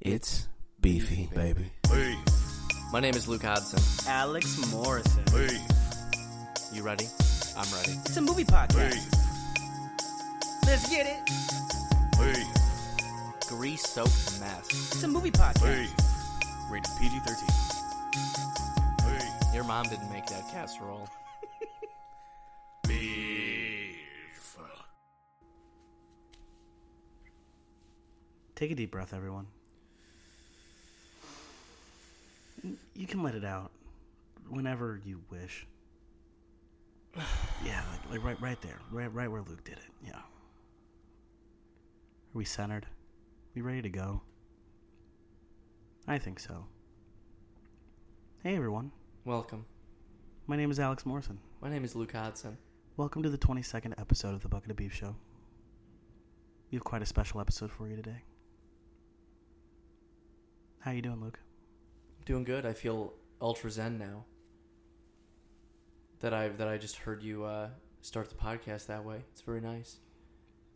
It's beefy, baby. My name is Luke Hodson. Alex Morrison. You ready? I'm ready. It's a movie podcast. Let's get it. Grease soaked mess. It's a movie podcast. Rated PG 13. Your mom didn't make that casserole. Take a deep breath, everyone. You can let it out whenever you wish. Yeah, like, like right, right there, right, right where Luke did it. Yeah. Are we centered? We ready to go? I think so. Hey, everyone. Welcome. My name is Alex Morrison. My name is Luke Hodson. Welcome to the 22nd episode of the Bucket of Beef Show. We have quite a special episode for you today. How you doing, Luke? I'm doing good. I feel ultra zen now. That I that I just heard you uh, start the podcast that way. It's very nice.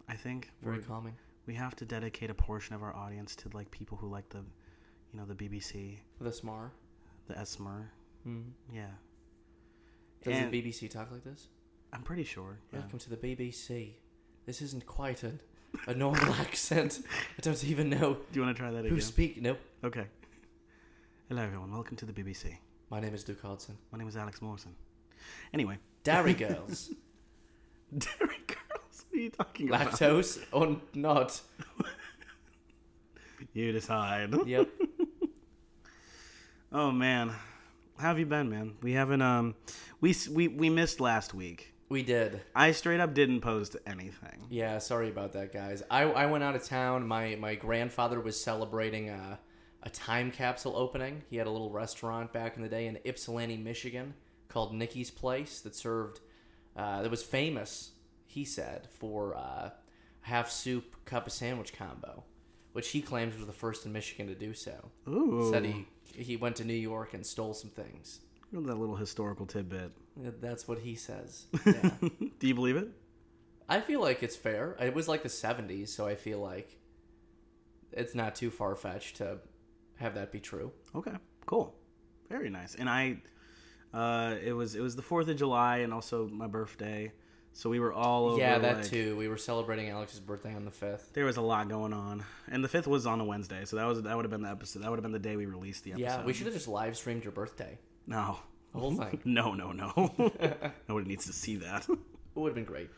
I think Very we're- calming. we have to dedicate a portion of our audience to like people who like the, you know, the BBC, With a smar. the Esmer. Mm. Yeah, Does Mm-hmm. And- the BBC talk like this? I'm pretty sure. Yeah. Welcome to the BBC. This isn't quite a, a normal accent. I don't even know Do you want to try that again? who speak. Nope. okay. Hello, everyone. Welcome to the BBC. My name is Duke Hodson. My name is Alex Morrison. Anyway, Dairy girls. Dairy Girls. What are you talking about? Lactose or not. You decide. Yep. Oh man, how have you been, man? We haven't um, we s- we we missed last week. We did. I straight up didn't post anything. Yeah, sorry about that, guys. I, I went out of town. My my grandfather was celebrating a, a time capsule opening. He had a little restaurant back in the day in Ypsilanti, Michigan, called Nicky's Place that served uh, that was famous. He said for uh, half soup cup of sandwich combo, which he claims was the first in Michigan to do so. Ooh, Said he he went to New York and stole some things. look at that little historical tidbit. Hmm, That's what he says. Yeah. Do you believe it? I feel like it's fair. It was like the 70s, so I feel like it's not too far fetched to have that be true. Okay, cool, very nice. And I, uh, it was it was the Fourth of July and also my birthday, so we were all over. yeah, that like- too. We were celebrating Alex's birthday on the 5th. There was a lot going on, and the fifth was on a Wednesday, so that was that would have been the episode. That would have been the day we released the episode. Yeah, we Oh. should have just live streamed your birthday. No, The whole thing. no, no, no. Nobody needs to see that. would It would have been great.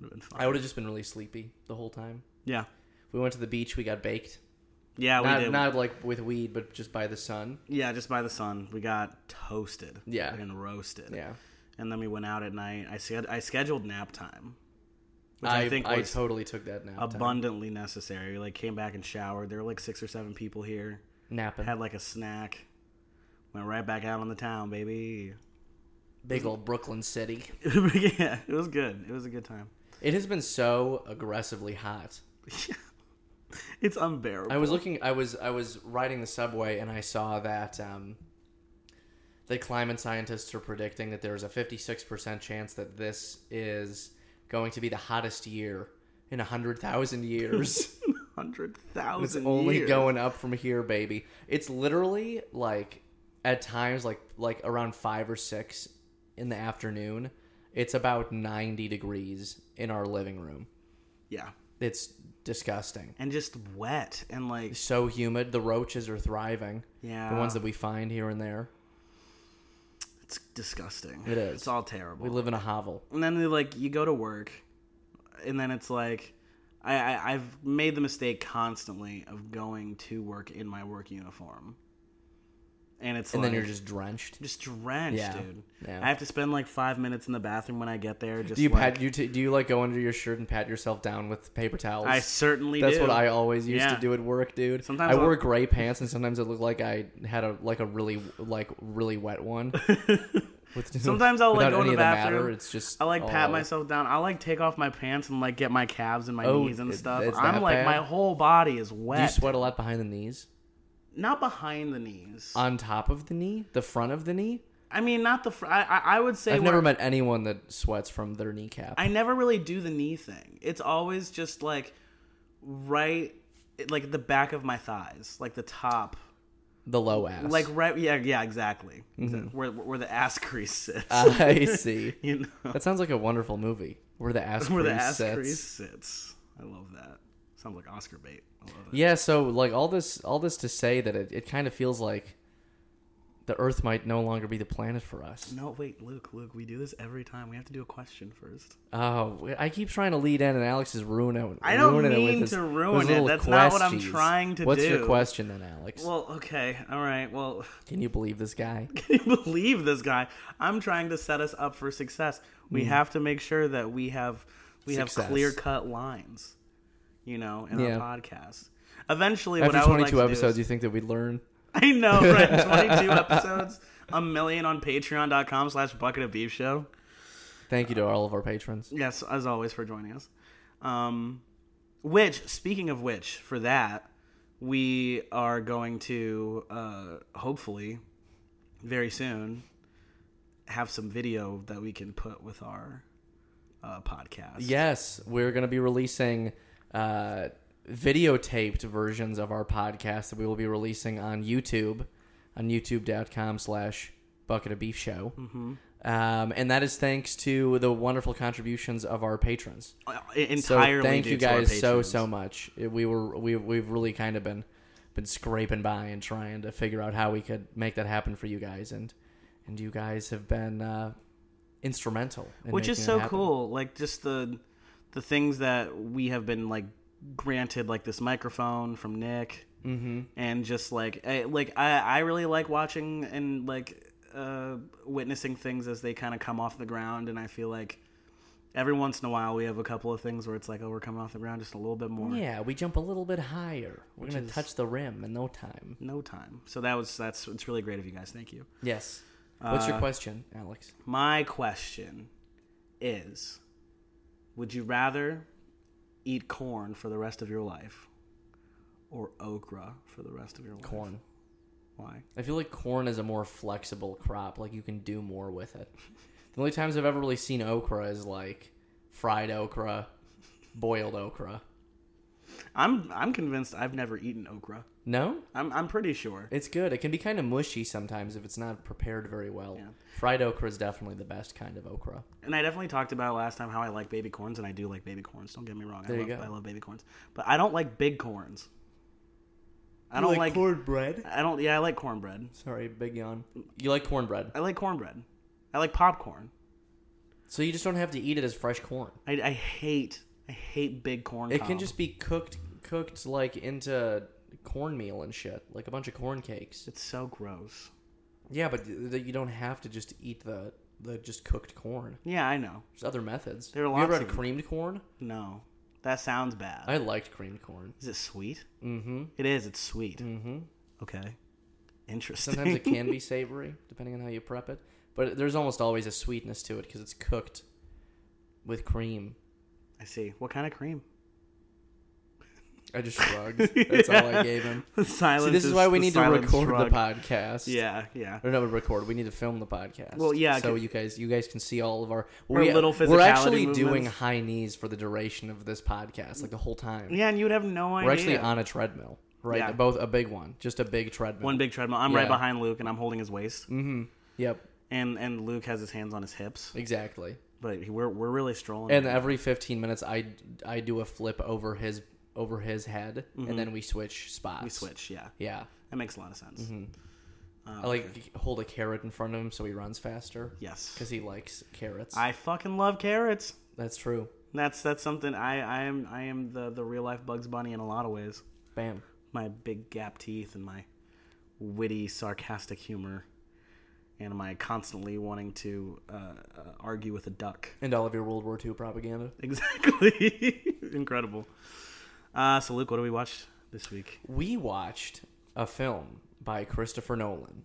have been fun. I would have just been really sleepy the whole time. Yeah. We went to the beach, we got baked. Yeah, Oh, we Not, did. not like with weed, but just by the sun. yeah, just by the sun, we got toasted. Yeah. and roasted. Yeah. and then we went out at night. I said I scheduled nap time, which I, I, I, think was totally took that nap. time. abundantly necessary. We, Like came back and showered. There were like six or seven people here. Napping. Had like a snack. Went right back out on the town, baby. Big old Brooklyn City. yeah, it was good. It was a good time. It has been so aggressively hot. It's unbearable. I was looking. I was I was riding the subway and I saw that um, the climate scientists are predicting that there is a 56 percent chance that this is going to be the hottest year in hundred thousand years. Hundred it's thousand. only going up from here, baby. It's literally like at times like like around five or six in the afternoon. It's about 90 degrees in our living room. Yeah, It's disgusting. and just wet and like So humid. The roaches are thriving. yeah, the ones that we find here and there. it's disgusting. It is. It's all terrible. We live in a hovel. and then they like you go to work and then it's like I, I i've made the mistake constantly of going to work in my work uniform and it's And like then you're just drenched. just drenched Yeah, dude yeah. i have to spend like five minutes in the bathroom when i get there just Do you like, pat you t- do you like go under your shirt and pat yourself down with paper towels? i certainly That's do. what I always used Yeah. to do at work, dude. Sometimes I wore I'll- gray pants and sometimes it looked like I had a like a really like really wet one. With, Sometimes I'll, like, without go in any the of matter, bathroom. It's just I like all pat over. myself down. I like take off my pants and like get my calves and my Oh, knees and it- stuff. it's I'm that like bad? my whole body is Do you wet. sweat a lot behind the knees? Not behind the knees. On top of the knee, the front of the knee. I mean, not the. Fr- I, I I would say I've where- never met anyone that sweats from their kneecap. I never really do the knee thing. It's always just like right it- like the back of my thighs, like the top, The low ass. like right. Yeah, yeah, exactly. Where where the ass crease sits. I see. you know, That sounds like a wonderful movie where the ass where the crease ass sets. crease sits. I love that. Sounds like Oscar bait. I love it. Yeah, so like all this, all this to say that it, it kind of feels like the Earth might no longer be the planet for us. No, wait, Luke, Luke, we do this every time. We have to do a question first. Oh, I keep trying to lead in, and Alex is ruining. I don't ruining it with mean his- to with his ruin it. little That's not what I'm questions. trying to What's do. your question then, Alex? Well, okay, all right. Well, Can you believe this guy? can you believe this guy? I'm trying to set us up for success. We have to make sure that we have we have Mm. Success. clear cut lines, you know, in Yeah. our podcast. Eventually, what After I would like 22 to episodes, do you think that we'd learn? is, I know, right? 22 episodes, a million on patreon.com slash bucket of beef show. Thank you to all of our patrons. Yes, as always for joining us. Um, which, speaking of which, for that we are going to uh, hopefully very soon have some video that we can put with our uh, podcast. Yes, we're going to be releasing uh, videotaped versions of our podcast that we will be releasing on YouTube, on youtube.com slash bucket of beef show. Mm-hmm. Um, and that is thanks to the wonderful contributions of our patrons. Uh, entirely. So thank due you to our guys so patrons. so much. It- We were we we've really kind of been been scraping by and trying to figure out how we could make that happen for you guys and and you guys have been uh, instrumental, in which is making it so happen. cool like just the the things that we have been like granted like this microphone from nick mm-hmm. and just like I, like I, I really like watching and like uh, witnessing things as they kind of come off the ground and i feel like every once in a while we have a couple of things where it's like oh we're coming off the ground just a little bit more Yeah, we jump a little bit higher. We're gonna touch the rim in no time. no time so that was that's it's really great of you guys thank you Yes. Uh, What's your question, Alex? My question is Would you rather eat corn for the rest of your life or okra for the rest of your life? Corn. Why? I feel like corn is a more flexible crop. Like you can do more with it. The only times I've ever really seen okra is like fried okra, boiled okra. I'm I'm convinced I've never eaten okra. No, I'm I'm pretty sure. It's good. It can be kind of mushy sometimes if it's not prepared very well. Fried okra is definitely the best kind of okra. And I definitely talked about last time how I like baby corns and I do like baby corns, don't get me wrong. I you love go. I love baby corns. But I don't like big corns. I don't like, cornbread. I don't yeah, I like cornbread. Sorry, big yawn. You like cornbread, I like cornbread. I like popcorn. so you just don't have to eat it as fresh corn. I, I hate I hate big corn. It can cob. just be cooked, cooked like into cornmeal and shit, like a bunch of corn cakes. It's so gross. Yeah, but th- th- you don't have to just eat the the just cooked corn. Yeah, I know. There's other methods. There are you ever lots had of them. Uh, creamed corn? No, that sounds bad. I liked creamed corn. Is it sweet? Mm-hmm. It is. It's sweet. Mm-hmm. Okay. Interesting. Sometimes it can be savory, depending on how you prep it. But there's almost always a sweetness to it because it's cooked with cream. I see. What kind of cream? I just shrugged. That's all I gave him. The silence. See, this is why we need to silent record shrug. the podcast. Yeah, yeah. Or no, record. We need to film the podcast. Well, yeah, So c- you guys, you guys can see all of our Our little We're physicality actually doing movements. high knees for the duration of this podcast, like the whole time. Yeah, and you'd have no idea. We're actually on a treadmill, right? Yeah. Both a big one, just a big treadmill. one big treadmill. I'm Yeah. right behind Luke, and I'm holding his waist, Mm-hmm. Yep. and and Luke has his hands on his hips. Exactly. But he- we're we're really strolling. and right every 15 minutes i i do a flip over his over his head and then Mm-hmm. we switch spots Mm-hmm. we switch. Oh, Yeah, yeah that makes a lot of sense. i like hold a carrot in front of him so he runs faster Yes, because he likes carrots I fucking love carrots. that's true That's that's something I I am I am the the real life Bugs Bunny in a lot of ways. bam My big gap teeth and my witty sarcastic humor, and my constantly wanting to uh, uh, argue with a duck. and all of your world war ii propaganda Exactly, incredible. Uh, so Luke, what do we watch this week? we watched a film by christopher nolan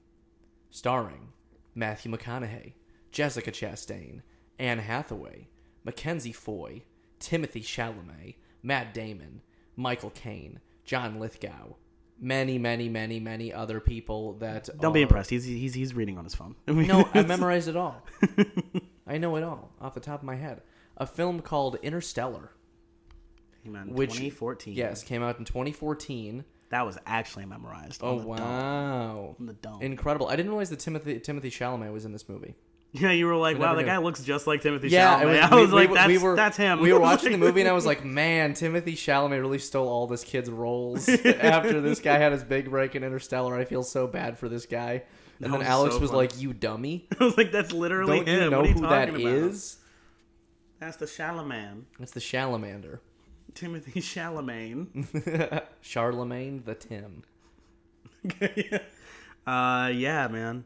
starring matthew mcconaughey jessica chastain anne hathaway mackenzie foy timothy chalamet matt damon michael caine john lithgow many many many many other people that Don't be are- impressed. He's he's he's reading on his phone. Uh, no i memorized it all i know it all off the top of my head a film called interstellar Came out in Which- 2014. Yes, came out in 2014. That was actually memorized. Oh on the dome. wow, On the dome. incredible! I didn't realize that Timothy Timothy Chalamet was in this movie. yeah, you were like, We wow, never that knew. guy looks just like Timothy Yeah, it Chalamet. was- I was we- like, we, that's, we were that's him. We were watching the movie, and I was like, "Man, Timothy Chalamet really stole all this kid's roles after this guy had his big break in Interstellar. I feel so bad for this guy." And That then was Alex so was funny. like, "You dummy! I was like, that's literally Don't him. you know what are you who that talking is? about? That's the Chalamet. That's the Chalamander, Timothy Chalamet. Charlemagne the Tim." uh, yeah, man.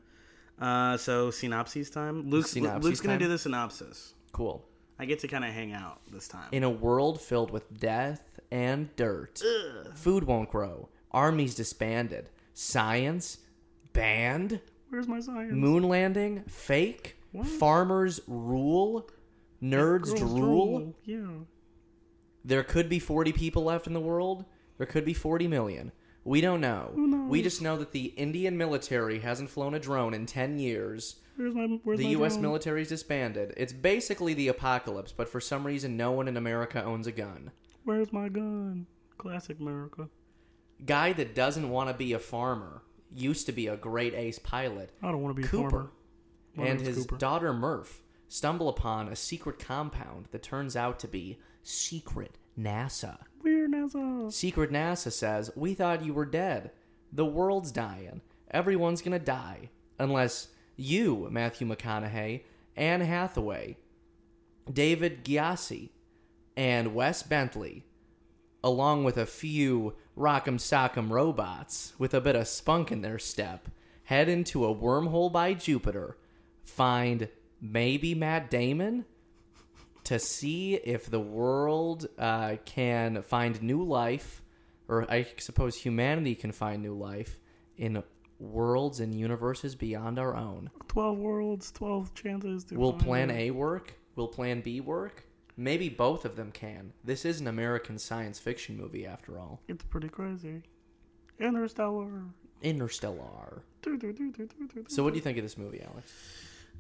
Uh, so synopsis time. Luke's, Synopsis Luke's gonna time? do the synopsis. Cool. I get to kind of hang out this time. In a world filled with death and dirt, food won't grow, armies disbanded, science banned, Where's my science? moon landing fake, farmers rule, nerds Girls drool. drool. Yeah. There could be 40 people left in the world. There could be 40 million. We don't know. We just know that the Indian military hasn't flown a drone in 10 years. Where's my? Where's The my U.S. drone? military's disbanded. It's basically the apocalypse, but for some reason, no one in America owns a gun. Where's my gun? Classic America. Guy that doesn't want to be a farmer used to be a great ace pilot. I don't want to be Cooper a farmer. My and name's his Cooper. daughter Murph stumble upon a secret compound that turns out to be secret NASA. We're NASA. Secret NASA says, We thought you were dead. The world's dying. Everyone's gonna die. Unless you, Matthew McConaughey, Anne Hathaway, David Gyasi, and Wes Bentley, along with a few rock'em sock'em robots with a bit of spunk in their step, head into a wormhole by Jupiter, find maybe Matt Damon? to see if the world uh, can find new life, or I suppose humanity can find new life in worlds and universes beyond our own. Twelve worlds, twelve chances to. Will find Plan it. A work? Will Plan B work? Maybe both of them can. This is an American science fiction movie, after all. It's pretty crazy. Interstellar. Interstellar. Do, do, do, do, do, do, do. So, what do you think of this movie, Alex?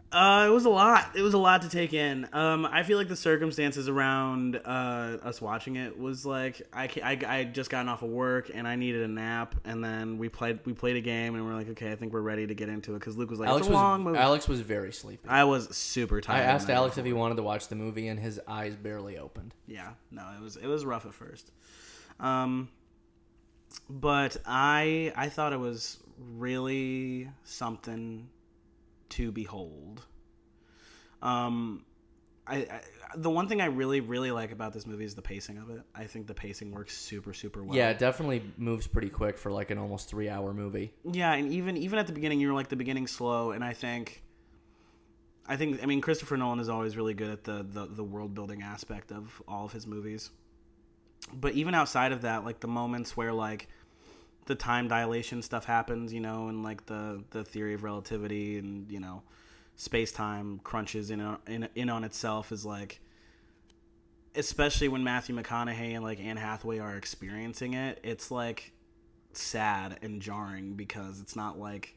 Uh, it was a lot. It was a lot to take in. Um, I feel like the circumstances around uh, us watching it was like I, ca- I, I had just gotten off of work and I needed a nap, and then we played we played a game and we are like, okay, I think we're ready to get into it because Luke was like, Alex it's a long was movie. Alex was very sleepy. I was super I tired. asked when got Alex off if he wanted to watch the movie, and his eyes barely opened. yeah no it was it was rough at first um but i i thought it was really something to behold um I, I the one thing i really really like about this movie is the pacing of it i think the pacing works super super well Yeah, it definitely moves pretty quick for like an almost three-hour movie. yeah and even even at the beginning you were like the beginning slow and i think i think i mean christopher nolan is always really good at the the, the world building aspect of all of his movies but even outside of that like the moments where like the time dilation stuff happens you know and like the the theory of relativity and you know space time crunches in, on- in in on itself is like especially when Matthew McConaughey and like Anne Hathaway are experiencing it it's like sad and jarring because it's not like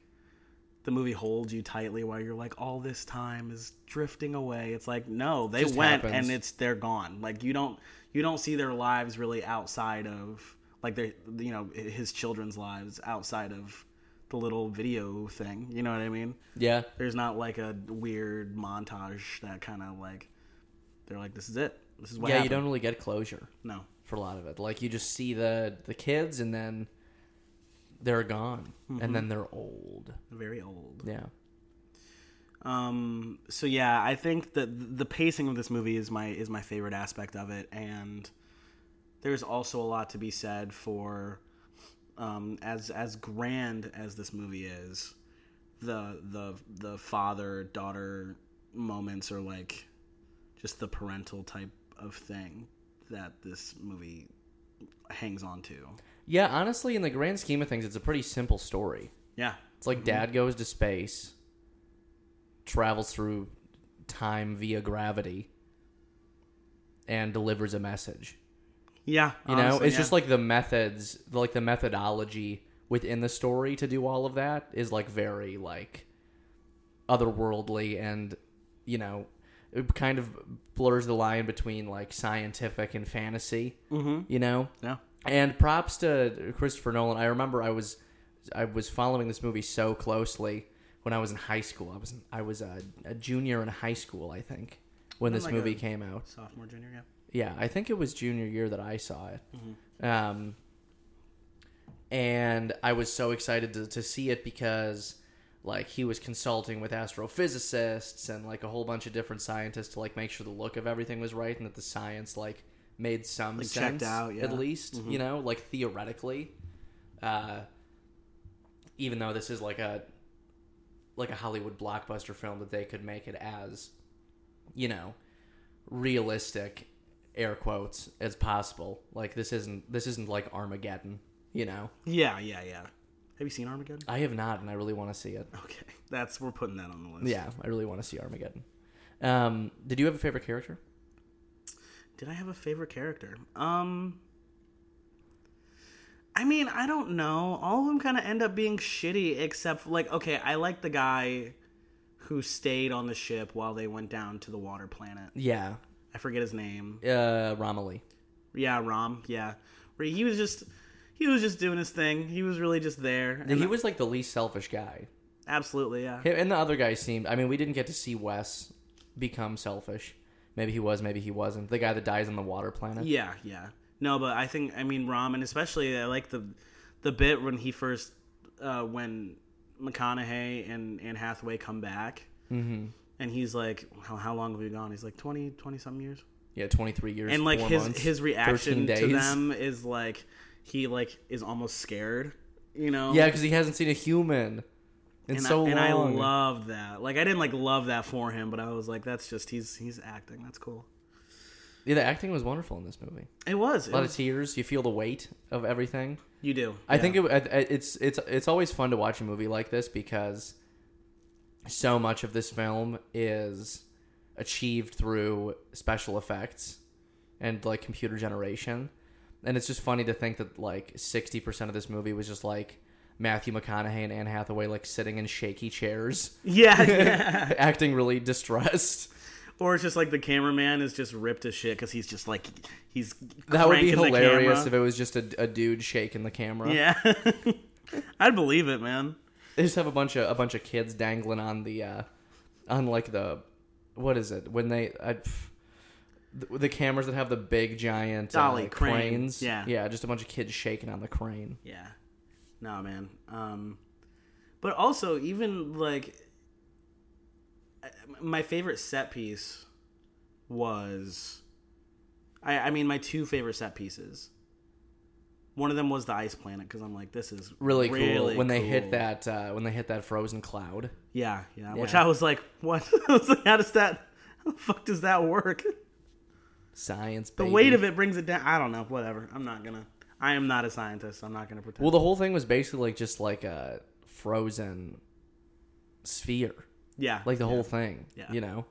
the movie holds you tightly while you're like all this time is drifting away it's like no they Just went happens. and it's they're gone like you don't you don't see their lives really outside of like they you know his children's lives outside of the little video thing you know what i mean Yeah, there's not like a weird montage that kind of like they're like this is it this is what yeah, you happened. don't really get closure no for a lot of it. Like you just see the the kids, and then they're gone, and Mm-hmm. then they're old. very old Yeah, Um, so yeah, I think that the pacing of this movie is my is my favorite aspect of it, and there's also a lot to be said for um, as as grand as this movie is, the the the father daughter moments are like just the parental type of thing that this movie hangs on to. yeah. Honestly, in the grand scheme of things, it's a pretty simple story. Yeah, It's like dad goes to space, travels through time via gravity, and delivers a message. yeah, You know, it's just like the methods, like the methodology within the story to do all of that is like very like otherworldly and you know, it kind of blurs the line between like scientific and fantasy. Mm-hmm. You know, Yeah. and props to Christopher Nolan. I remember I was I was following this movie so closely when I was in high school. I was I was a, a junior in high school, I think, when this like movie a- came out. Sophomore, junior, yeah. Yeah, I think it was junior year that I saw it. Mm-hmm. Um, and I was so excited to, to see it because, like, he was consulting with astrophysicists and, like, a whole bunch of different scientists to, like, make sure the look of everything was right and that the science, like, made some Like, checked sense. out, yeah. Mm-hmm. At least, you know, like, theoretically. Uh, even though this is, like, a. Like a Hollywood blockbuster film that they could make it as, you know, realistic air quotes as possible like this isn't this isn't like armageddon you know Yeah, yeah, yeah. Have you seen Armageddon? i have not and i really want to see it Okay, that's we're putting that on the list. yeah i really want to see armageddon um did you have a favorite character Did I have a favorite character? Um. I mean, I don't know. All of them kind of end up being shitty, except like, okay, I like the guy who stayed on the ship while they went down to the water planet. yeah I forget his name. uh romilly Yeah, Rom. Yeah, where he was just he was just doing his thing. He was really just there. And he was like the least selfish guy absolutely yeah. Him and the other guy seemed i mean we didn't get to see wes become selfish maybe he was maybe he wasn't the guy that dies on the water planet Yeah, yeah. No, but I think I mean Rom, and especially I like the the bit when he first uh, when McConaughey and and Hathaway come back, mm-hmm. and he's like, how, how long have we gone? He's like 20, 20 some years, yeah 23 years and like four his months, his 13 reaction to days. them is like he like is almost scared, you know? yeah because he hasn't seen a human in and I, so long and I love that. Like I didn't like love that for him, but I was like, that's just he's he's acting. That's cool. Yeah, the acting was wonderful in this movie. It was. It A lot was of tears. You feel the weight of everything. you do. I Yeah. think it, I- I- it's it's it's always fun to watch a movie like this because so much of this film is achieved through special effects and like computer generation, and it's just funny to think that like sixty percent of this movie was just like Matthew McConaughey and Anne Hathaway like sitting in shaky chairs, Yeah, yeah. acting really distressed. Or it's just like the cameraman is just ripped to shit because he's just like he's That would be cranking the hilarious if camera. it was just a, a dude shaking the camera. Yeah, I'd believe it, man. They just have a bunch of a bunch of kids dangling on the, uh, on like the, what is it when they, I, pff, the, the cameras that have the big giant Dolly uh, crane. cranes. Yeah. yeah, just a bunch of kids shaking on the crane. Yeah, no, man. Um, but also even like I- my favorite set piece was, I I mean my two favorite set pieces. One of them was the ice planet because I'm like this is Really cool when they cool. hit that uh, when they hit that frozen cloud. Yeah, yeah. Which Yeah. I was like, what? I was like, how does that? How the fuck does that work? Science. The Baby. weight of it brings it down. I don't know. Whatever. I'm not gonna. I am not a scientist. I'm not gonna pretend. Well, the whole thing was basically like just like a frozen sphere, yeah. like the whole thing. Yeah. You know,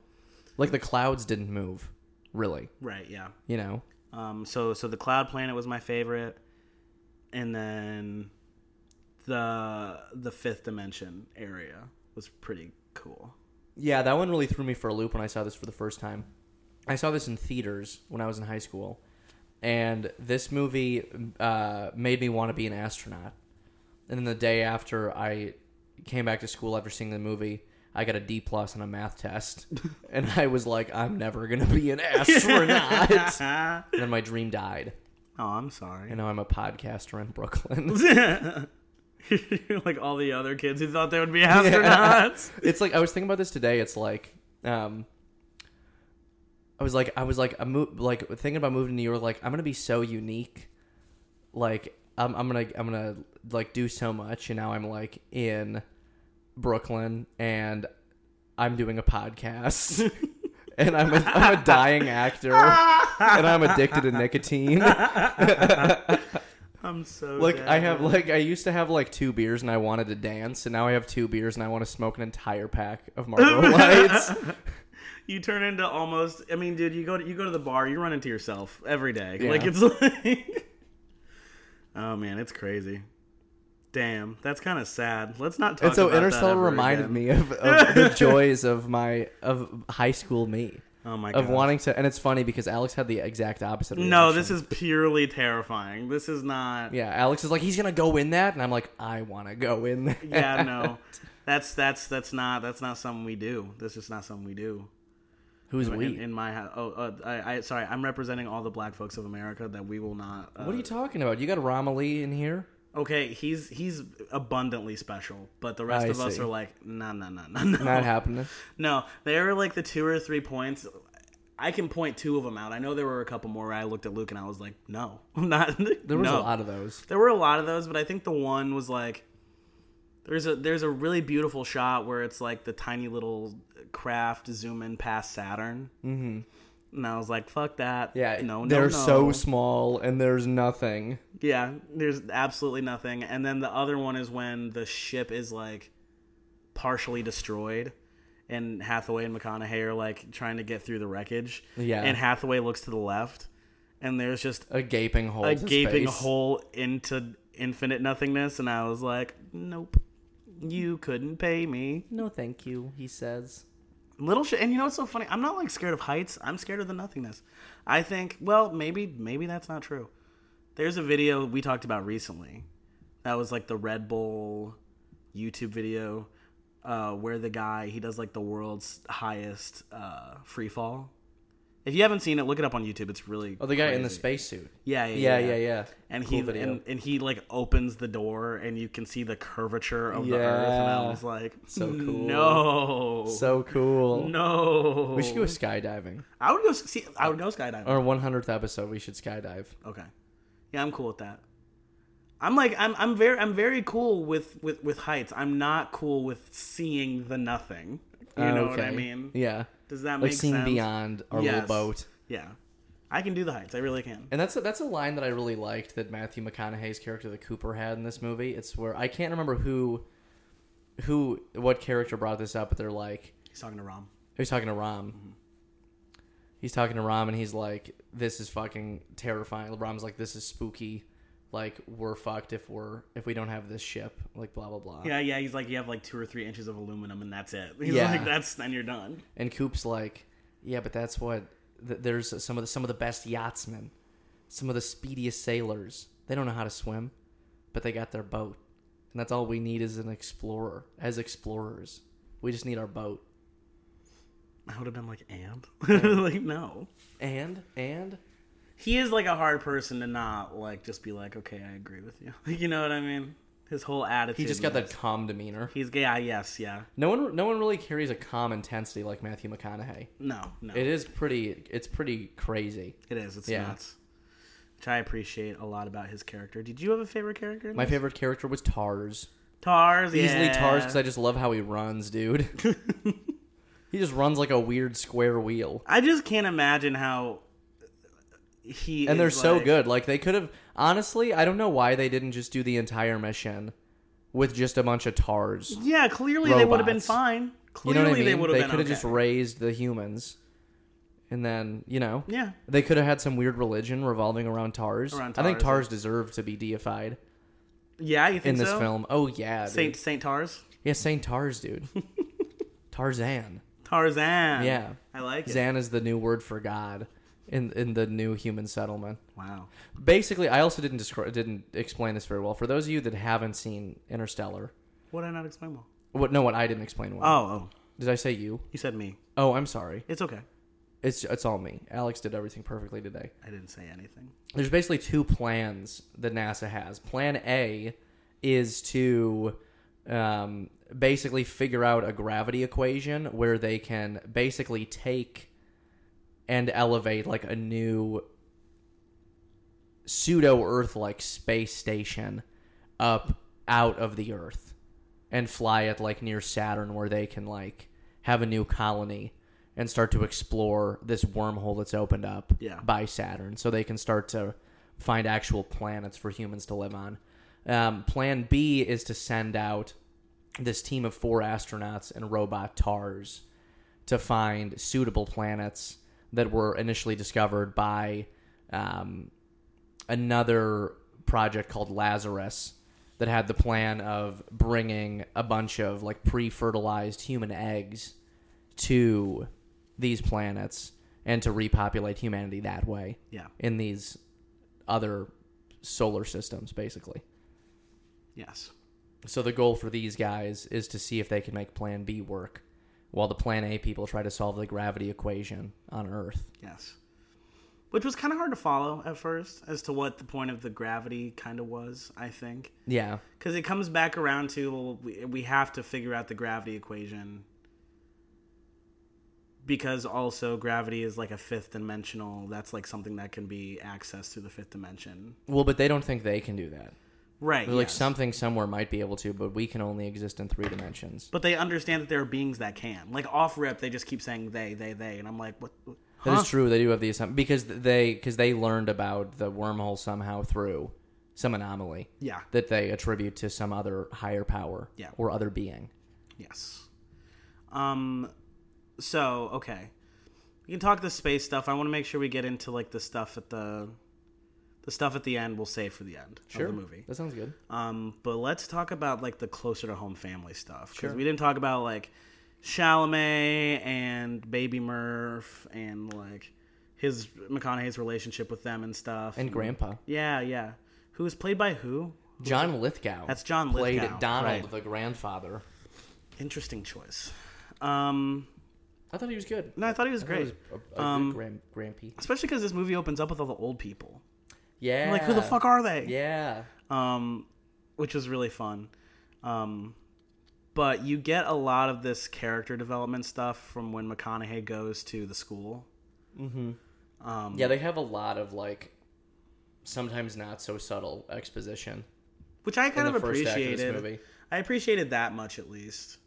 like the clouds didn't move, really. Right. Yeah. You know. Um. So so the cloud planet was my favorite, and then the the fifth dimension area was pretty cool. Yeah, that one really threw me for a loop when I saw this for the first time. I saw this in theaters when I was in high school, and this movie uh, made me want to be an astronaut. And then the day after I came back to school after seeing the movie, I got a D plus on a math test, and I was like, "I'm never gonna be an astronaut." Ah. and then my dream died, Oh, I'm sorry. and now I'm a podcaster in Brooklyn. like all the other kids who thought they would be astronauts. it's like I was thinking about this today. It's like, um, I was like, I was like, I'm mo- like thinking about moving to New York. Like, I'm gonna be so unique. Like, I'm, I'm gonna, I'm gonna like do so much, and now I'm like in Brooklyn, and I'm doing a podcast, and I'm a, I'm a dying actor, and I'm addicted to nicotine. I'm so Like dead, I have man. like I used to have like two beers and I wanted to dance, and now I have two beers and I want to smoke an entire pack of Marlboro Lights. you turn into almost i mean dude you go to you go to the bar you run into yourself every day Yeah. like it's like oh man it's crazy damn that's kind of sad let's not talk And so about that Interstellar ever reminded again. me of, of the joys of my of high school me. Oh my of god. wanting to. And it's funny because Alex had the exact opposite. Reaction. no, this is purely terrifying. This is not. Yeah, Yeah, Alex is like, he's gonna go in that, and I'm like, I want to go in that. no. That's that's that's not that's not something we do. This is not something we do. Who's In, we? in my house. Oh, uh, I, I sorry. I'm representing all the black folks of America that we will not. Uh, what are you talking about? You got Romilly in here. Okay, he's he's abundantly special, but the rest I of us see. are like, nah, nah, nah, nah, nah. Not happening. No, there were like the two or three points. I can point two of them out. I know there were a couple more. Where I looked at Luke and I was like, no, not. There was a lot of those. There were a lot of those, but I think the one was like there's a there's a really beautiful shot where it's like the tiny little craft zooming past Saturn. Mm-hmm. And I was like, "Fuck that!" Yeah, no, no, no. they're so small, and there's nothing. Yeah, there's absolutely nothing. And then the other one is when the ship is like partially destroyed and Hathaway and McConaughey are like trying to get through the wreckage. Yeah. And Hathaway looks to the left and there's just A gaping hole. a to gaping space. hole into infinite nothingness and I was like, "Nope. You couldn't pay me." No, thank you. He says. Little shit. And you know what's so funny? I'm not like scared of heights. I'm scared of the nothingness. I think, well, maybe maybe that's not true. There's a video we talked about recently. That was like the Red Bull YouTube video uh, where the guy he does like the world's highest uh, free fall. If you haven't seen it, look it up on YouTube. It's really Oh, the guy in the crazy. spacesuit. Yeah, yeah, Yeah, yeah, yeah. And Cool he video. and, and he like opens the door and you can see the curvature of the earth and I Yeah. was like, So cool. No. So cool. no. We should go skydiving. I would go see. I would go skydiving. Our 100th episode, we should skydive. okay, yeah, I'm cool with that. I'm like I'm I'm very I'm very cool with with with heights. I'm not cool with seeing the nothing. You know what I Okay. mean? Yeah. Does that Like make seeing sense? beyond our Yes. little boat. Yeah, I can do the heights. I really can. And that's a, that's a line that I really liked that Matthew McConaughey's character, the Cooper, had in this movie. It's where I can't remember who, who, what character brought this up, but they're like, He's talking to Rom. He's talking to Rom. Mm-hmm. He's talking to Rom, and he's like, "This is fucking terrifying." Rom's like, "This is spooky. Like, we're fucked if we're if we don't have this ship." Like, blah blah blah. Yeah, yeah. He's like you have like two or three inches of aluminum and that's it. He's Yeah. like that's then you're done. And Coop's like, "Yeah, but that's what. Th- there's some of the some of the best yachtsmen, some of the speediest sailors. They don't know how to swim, but they got their boat, and that's all we need is an explorer. As explorers, we just need our boat. I would have been like and like no. And and." he is like a hard person to not like just be like okay i agree with you you know what i mean his whole attitude He just got was- that calm demeanor. he's yeah yes yeah No one, no one really carries a calm intensity like Matthew McConaughey. no no It is pretty, it's pretty crazy. it is it's Yeah. nuts which i appreciate a lot about his character did you have a favorite character in My this? favorite character was Tars, tars easily yeah. Tars, because I just love how he runs, dude. he just runs like a weird square wheel, I just can't imagine how he and they're is, so like- good. Like they could have, honestly, I don't know why they didn't just do the entire mission with just a bunch of Tars. yeah clearly they would have been Robots. fine You clearly know what I mean? they would have been could have okay. just raised the humans, and then you know, yeah They could have had some weird religion revolving around Tars. Around I think Tars, Tars deserved to be deified yeah you think in this so? film. Oh yeah, dude. saint saint tars yeah, Saint Tars, dude. Tarzan. tarzan Yeah. i like it Zan is the new word for God in in the new human settlement. wow Basically, I also didn't descri- didn't explain this very well. For those of you that haven't seen Interstellar, what did i not explain Oh. well what? No, what I didn't explain well. oh oh Did I say you? you said me Oh, I'm sorry. It's okay. It's it's all me. Alex did everything perfectly today. I didn't say anything. there's basically two plans that NASA has. Plan A is to um, basically figure out a gravity equation where they can basically take and elevate like a new pseudo Earth like space station up out of the Earth and fly it like near Saturn where they can like have a new colony and start to explore this wormhole that's opened up Yeah. by Saturn so they can start to find actual planets for humans to live on. Um, plan B is to send out this team of four astronauts and robot TARS to find suitable planets that were initially discovered by um, another project called Lazarus that had the plan of bringing a bunch of like pre-fertilized human eggs to these planets and to repopulate humanity that way Yeah. in these other solar systems, basically. Yes. So the goal for these guys is to see if they can make Plan B work, while the Plan A people try to solve the gravity equation on Earth. Yes. Which was kind of hard to follow at first as to what the point of the gravity kind of was, I think. Yeah, Because it comes back around to well, we, we have to figure out the gravity equation. Because also, gravity is like a fifth dimensional. That's like something that can be accessed through the fifth dimension. Well, but they don't think they can do that. Right. Like yes. something somewhere might be able to, but we can only exist in three dimensions. But they understand that there are beings that can. Like off rip, they just keep saying they, they, they, and I'm like, what? what- That huh? is true. They do have the assumption because they because they learned about the wormhole somehow through some anomaly Yeah. that they attribute to some other higher power Yeah. or other being. Yes. Um. So okay, we can talk the space stuff. I want to make sure we get into like the stuff at the, the stuff at the end. We'll save for the end of the movie. That sounds good. Um, but let's talk about like the closer to home family stuff because we didn't talk about like Chalamet and Baby Murph and like his McConaughey's relationship with them and stuff. And Grandpa yeah, yeah, who was played by who? John Lithgow. That's John played Lithgow, Donald, right. the grandfather. Interesting choice. Um, I thought he was good. no, I thought he was I thought he great, Um, was a, a good grand, grandpy. especially because this movie opens up with all the old people. Yeah. I'm like, who the fuck are they? Yeah. um, which was really fun. Um, but you get a lot of this character development stuff from when McConaughey goes to the school. Um, Yeah, they have a lot of like sometimes not so subtle exposition. which I kind the of first act of this appreciated. movie. I appreciated that much at least.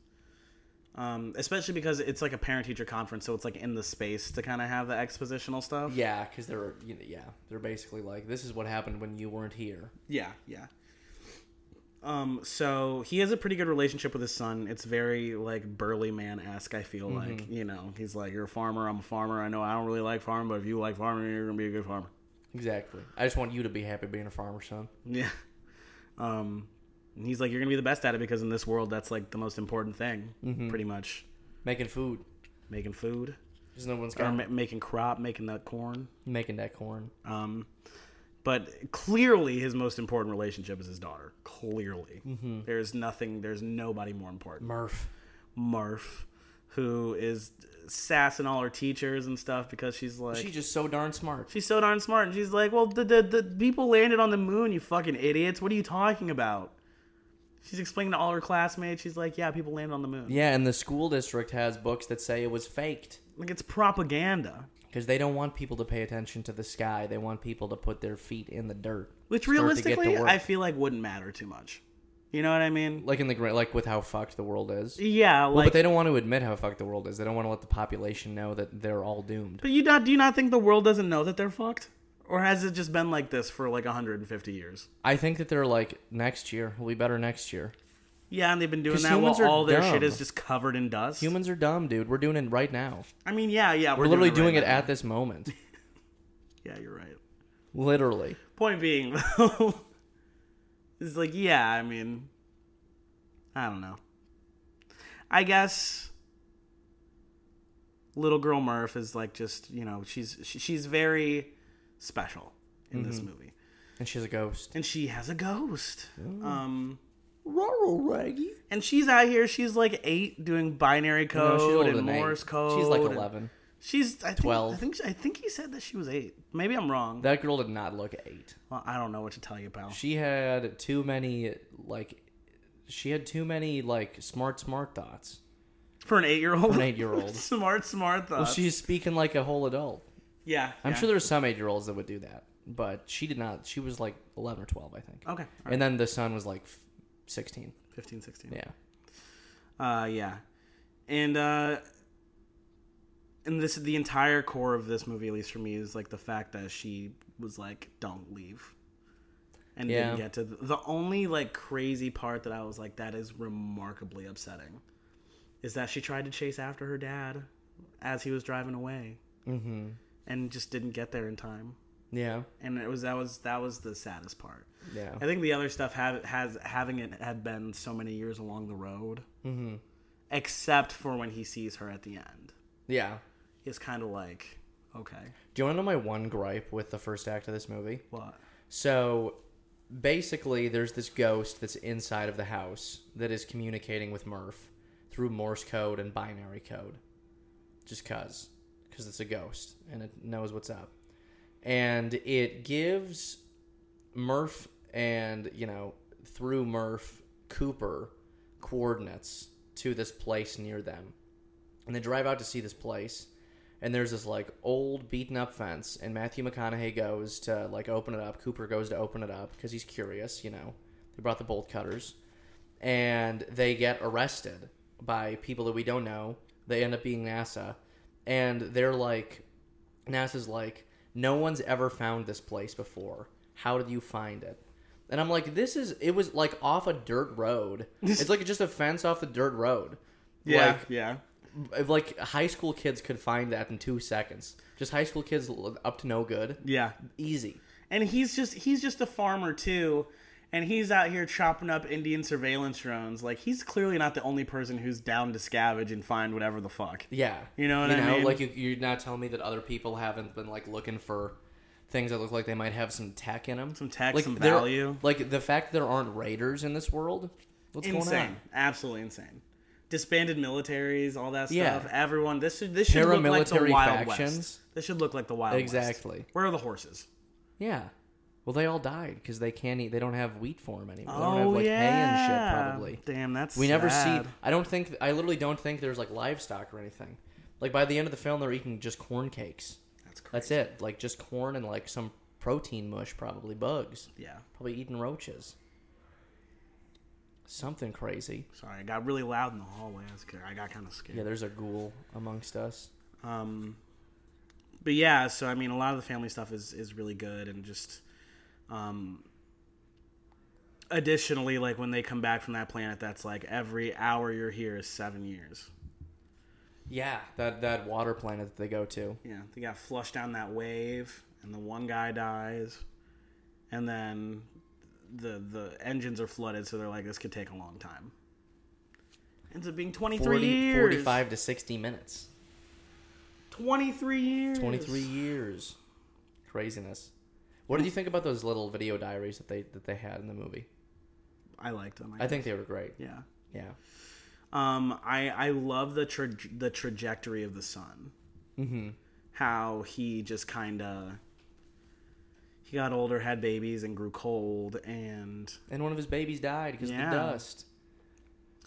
Um, especially because it's like a parent teacher conference, so it's like in the space to kind of have the expositional stuff. Yeah, because they're you know, yeah they're basically like this is what happened when you weren't here. yeah, yeah. Um, so he has a pretty good relationship with his son. It's very like burly man esque. I feel like you know he's like you're a farmer. I'm a farmer. I know I don't really like farming, but if you like farming, you're gonna be a good farmer. Exactly. I just want you to be happy being a farmer, son. Yeah. Um, and he's like you're gonna be the best at it because in this world that's like the most important thing, pretty much. Making food Making food. because no one's or got ma- making crop, making that corn. making that corn. Um, but clearly, his most important relationship is his daughter. Clearly, there's nothing, there's nobody more important. Murph. Murph, who is sassing all her teachers and stuff because she's like. She's just so darn smart. She's so darn smart, and she's like, "Well, the, the the people landed on the moon, you fucking idiots! What are you talking about?" She's explaining to all her classmates. She's like, "Yeah, people landed on the moon. Yeah, and the school district has books that say it was faked Like it's propaganda." because they don't want people to pay attention to the sky. They want people to put their feet in the dirt. Which Start to get to realistically, work. I feel like wouldn't matter too much. You know what I mean? like in the gra- like with how fucked the world is. Yeah, like, but but, they don't want to admit how fucked the world is. They don't want to let the population know that they're all doomed. you not, do you not think the world doesn't know that they're fucked, or has it just been like this for like 150 years? I think that they're like next year will be better next year. Yeah, and they've been doing 'Cause that while humans are all their shit dumb. is just covered in dust. Humans are dumb, dude. We're doing it right now. I mean, yeah, yeah, We're literally doing it right at this moment. now. Yeah, you're right. literally. Point being, though, is like, yeah, I mean, I don't know. I guess little girl Murph is like just you know she's she, she's very special in this Mm-hmm. movie. And she's a ghost. and she has a ghost. Oh. Um, Rural Raggy. and she's out here. She's like eight, doing binary No, code she's older and than eight. Morse code. She's like and- eleven. She's I think, 12. I think I think he said that she was eight. Maybe I'm wrong. That girl did not look eight. well, I don't know what to tell you, pal. She had too many like she had too many like smart smart thoughts. For an eight-year-old, An eight year old. smart, smart thought. She's speaking like a whole adult. yeah, I'm yeah. sure there's some eight year olds that would do that. But she did not she was like eleven or twelve, I think. Okay, all right. And then the son was like f- sixteen. 15, 16. Yeah. Uh, yeah, and uh, and this the entire core of this movie, at least for me, is like the fact that she was like, "Don't leave," and didn't Yeah. get to the, the only like crazy part that I was like, "That is remarkably upsetting," is that she tried to chase after her dad as he was driving away, mm-hmm. and just didn't get there in time. Yeah. And it was that was that was the saddest part. Yeah. I think the other stuff have, has having it had been so many years along the road, mm-hmm. except for when he sees her at the end. Yeah. is kind of like okay, Do you want to know my one gripe with the first act of this movie? what? So basically, there's this ghost that's inside of the house that is communicating with Murph through Morse code and binary code. Just cuz. Because it's a ghost and it knows what's up. And it gives Murph and, you know, through Murph, Cooper coordinates to this place near them. And they drive out to see this place and there's this like old beaten up fence and matthew mcconaughey goes to like open it up cooper goes to open it up because he's curious you know they brought the bolt cutters and they get arrested by people that we don't know they end up being nasa and they're like nasa's like no one's ever found this place before how did you find it and i'm like this is it was like off a dirt road it's like just a fence off the dirt road Like, yeah. if, like high school kids could find that in two seconds. Just high school kids l- up to no good, Yeah. easy. And he's just he's just a farmer too, and he's out here chopping up Indian surveillance drones. Like he's clearly not the only person who's down to scavenge and find whatever the fuck. Yeah, You know what I mean? Like you, you're not telling me that other people haven't been like looking for things that look like they might have some tech in them, Some tech, like, some there- value. Like the fact that there aren't raiders in this world. What's going insane, on? absolutely insane. Disbanded militaries, all that stuff. Yeah. Everyone, this should this should look like the Paramilitary Wild West. factions. This should look like the Wild West. Exactly. Where are the horses? Yeah. Well, they all died because they can't eat. They don't have wheat for them anymore. they don't have oh like yeah. hay and shit. Probably. Damn, that's We never sad. see. I don't think. I literally don't think there's like livestock or anything. Like by the end of the film, they're eating just corn cakes. That's crazy. That's it. Like just corn and like some protein mush, probably bugs, Yeah. probably eating roaches. Something crazy. Sorry, I got really loud in the hallway. I, was, I got kind of scared. Yeah, there's a ghoul amongst us. Um, but yeah, so I mean, a lot of the family stuff is is really good, and just, um, additionally, like when they come back from that planet, that's like every hour you're here is seven years. Yeah, that that water planet that they go to. Yeah, they got flushed down that wave, and the one guy dies, and then the the engines are flooded, so they're like, this could take a long time. Ends up being twenty three 40, years. 45 to 60 minutes. Twenty three years. 23 years. Craziness. What did you think about those little video diaries that they that they had in the movie? I liked them. I think they were great. Yeah. Yeah. Um, I I love the tra- the trajectory of the sun. Mm-hmm. How he just kind of he got older, had babies, and grew cold, and and one of his babies died because Yeah. of the dust.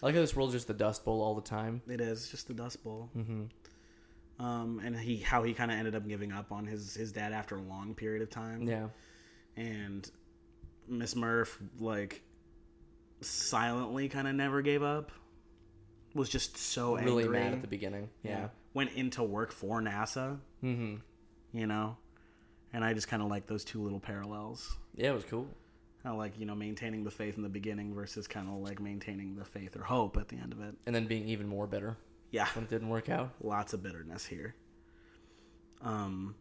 I like how this world's just the dust bowl all the time. it is just the Dust Bowl. Mm-hmm. Um, and he how he kind of ended up giving up on his his dad after a long period of time, Yeah, and Miss Murph like silently kind of never gave up. Was just so really angry. mad at the beginning. Yeah, went into work for NASA. mm-hmm. you know and i just kind of like those two little parallels yeah, it was cool. how like you know maintaining the faith in the beginning versus kind of like maintaining the faith or hope at the end of it And then being even more bitter yeah when it didn't work out. lots of bitterness here um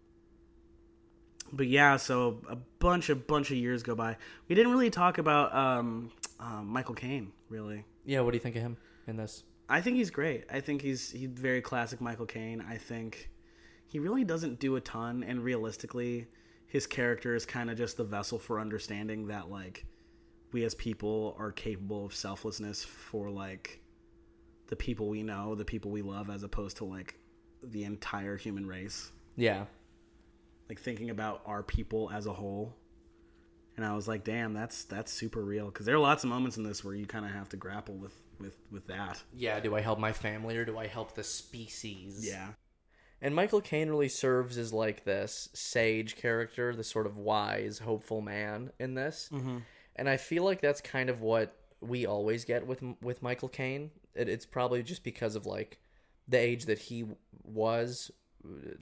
but yeah so a bunch a bunch of years go by we didn't really talk about um uh, michael caine really Yeah, what do you think of him in this? I think he's great. I think he's he's very classic Michael Caine. I think he really doesn't do a ton, and realistically, his character is kind of just the vessel for understanding that like we as people are capable of selflessness for like the people we know, the people we love, as opposed to like the entire human race. Yeah, Like thinking about our people as a whole. And I was like, damn, that's that's super real. Because there are lots of moments in this where you kind of have to grapple with with with that. yeah. Do I help my family or do I help the species? Yeah. And Michael Caine really serves as like this sage character, this sort of wise, hopeful man in this. Mm-hmm. And I feel like that's kind of what we always get with with Michael Caine. It, it's probably just because of like the age that he was,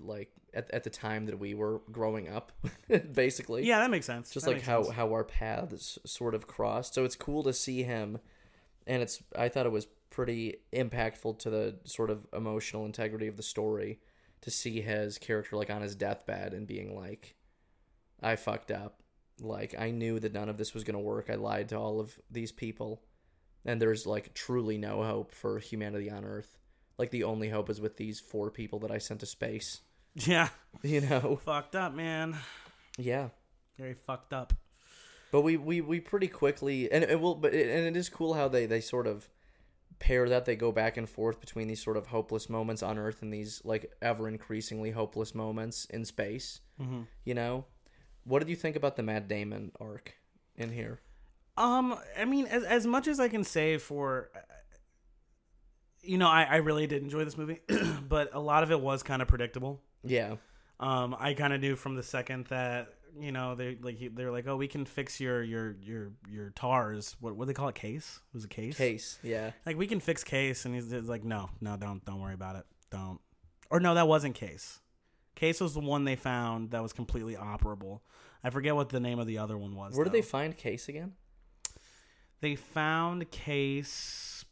like at, at the time that we were growing up, basically. Yeah, that makes sense. Just That like makes how sense. how our paths sort of crossed. So it's cool to see him, and it's I thought it was pretty impactful to the sort of emotional integrity of the story to see his character like on his deathbed and being like, I fucked up. Like I knew that none of this was gonna work. I lied to all of these people, and there's like truly no hope for humanity on Earth. like the only hope is with these four people that I sent to space. Yeah. You know. Fucked up, man. Yeah. Very fucked up. But we we, we pretty quickly and it will but it, and it is cool how they they sort of pair that they go back and forth between these sort of hopeless moments on earth and these like ever increasingly hopeless moments in space. Mm-hmm. You know. What did you think about the Matt Damon arc in here? Um, I mean, as as much as I can say for, you know, I I really did enjoy this movie, but a lot of it was kind of predictable. Yeah. Um, I kind of knew from the second that you know they like he- they're like, oh, we can fix your your your your tars. What what do they call it? Case was a case. Case, yeah. Like we can fix case, and he's he's like, no, no, don't don't worry about it, don't. Or no, that wasn't case. Case was the one they found that was completely operable. I forget what the name of the other one was. Where did they though. find Case again? They found case.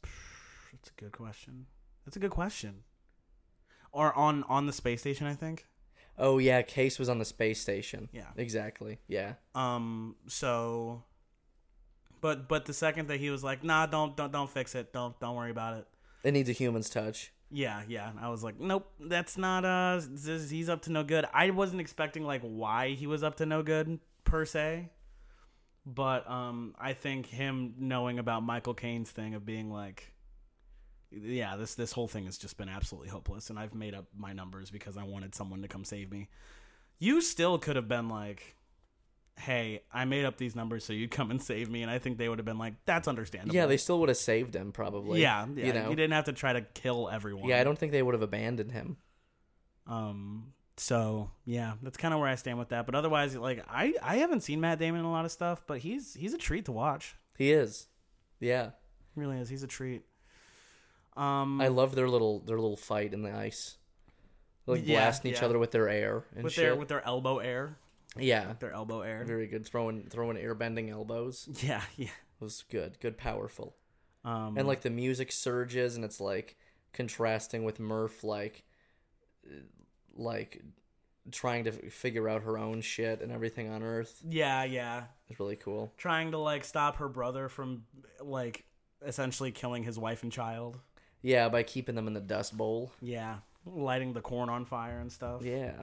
That's a good question. That's a good question. Or on on the space station, I think. Oh yeah, Case was on the space station. Yeah. Exactly. Yeah. Um. So. But but the second that he was like, nah, don't don't don't fix it. Don't don't worry about it. It needs a human's touch. Yeah, yeah. I was like, nope, that's not uh, this, he's up to no good. I wasn't expecting like why he was up to no good per se, but um, I think him knowing about Michael Caine's thing of being like, yeah, this this whole thing has just been absolutely hopeless, and I've made up my numbers because I wanted someone to come save me. You still could have been like. Hey, I made up these numbers so you'd come and save me, and I think they would have been like, "That's understandable." Yeah, they still would have saved him probably. yeah, yeah. You know. didn't have to try to kill everyone. yeah, I don't think they would have abandoned him. Um, so yeah, that's kind of where I stand with that. But otherwise, like I I haven't seen Matt Damon in a lot of stuff, but he's he's a treat to watch. He is. Yeah. He really is. He's a treat. Um, I love their little their little fight in the ice. Like Yeah, blasting each yeah. other with their air and with shit. their with their elbow air, yeah. their elbow air. Very good. Throwing throwing air bending elbows. Yeah, yeah. was good. Good powerful. Um, and like the music surges and it's like contrasting with Murph like uh, like trying to f- figure out her own shit and everything on earth yeah, yeah. It's really cool. Trying to like stop her brother from like essentially killing his wife and child. Yeah, by keeping them in the dust bowl. Yeah, lighting the corn on fire and stuff. Yeah.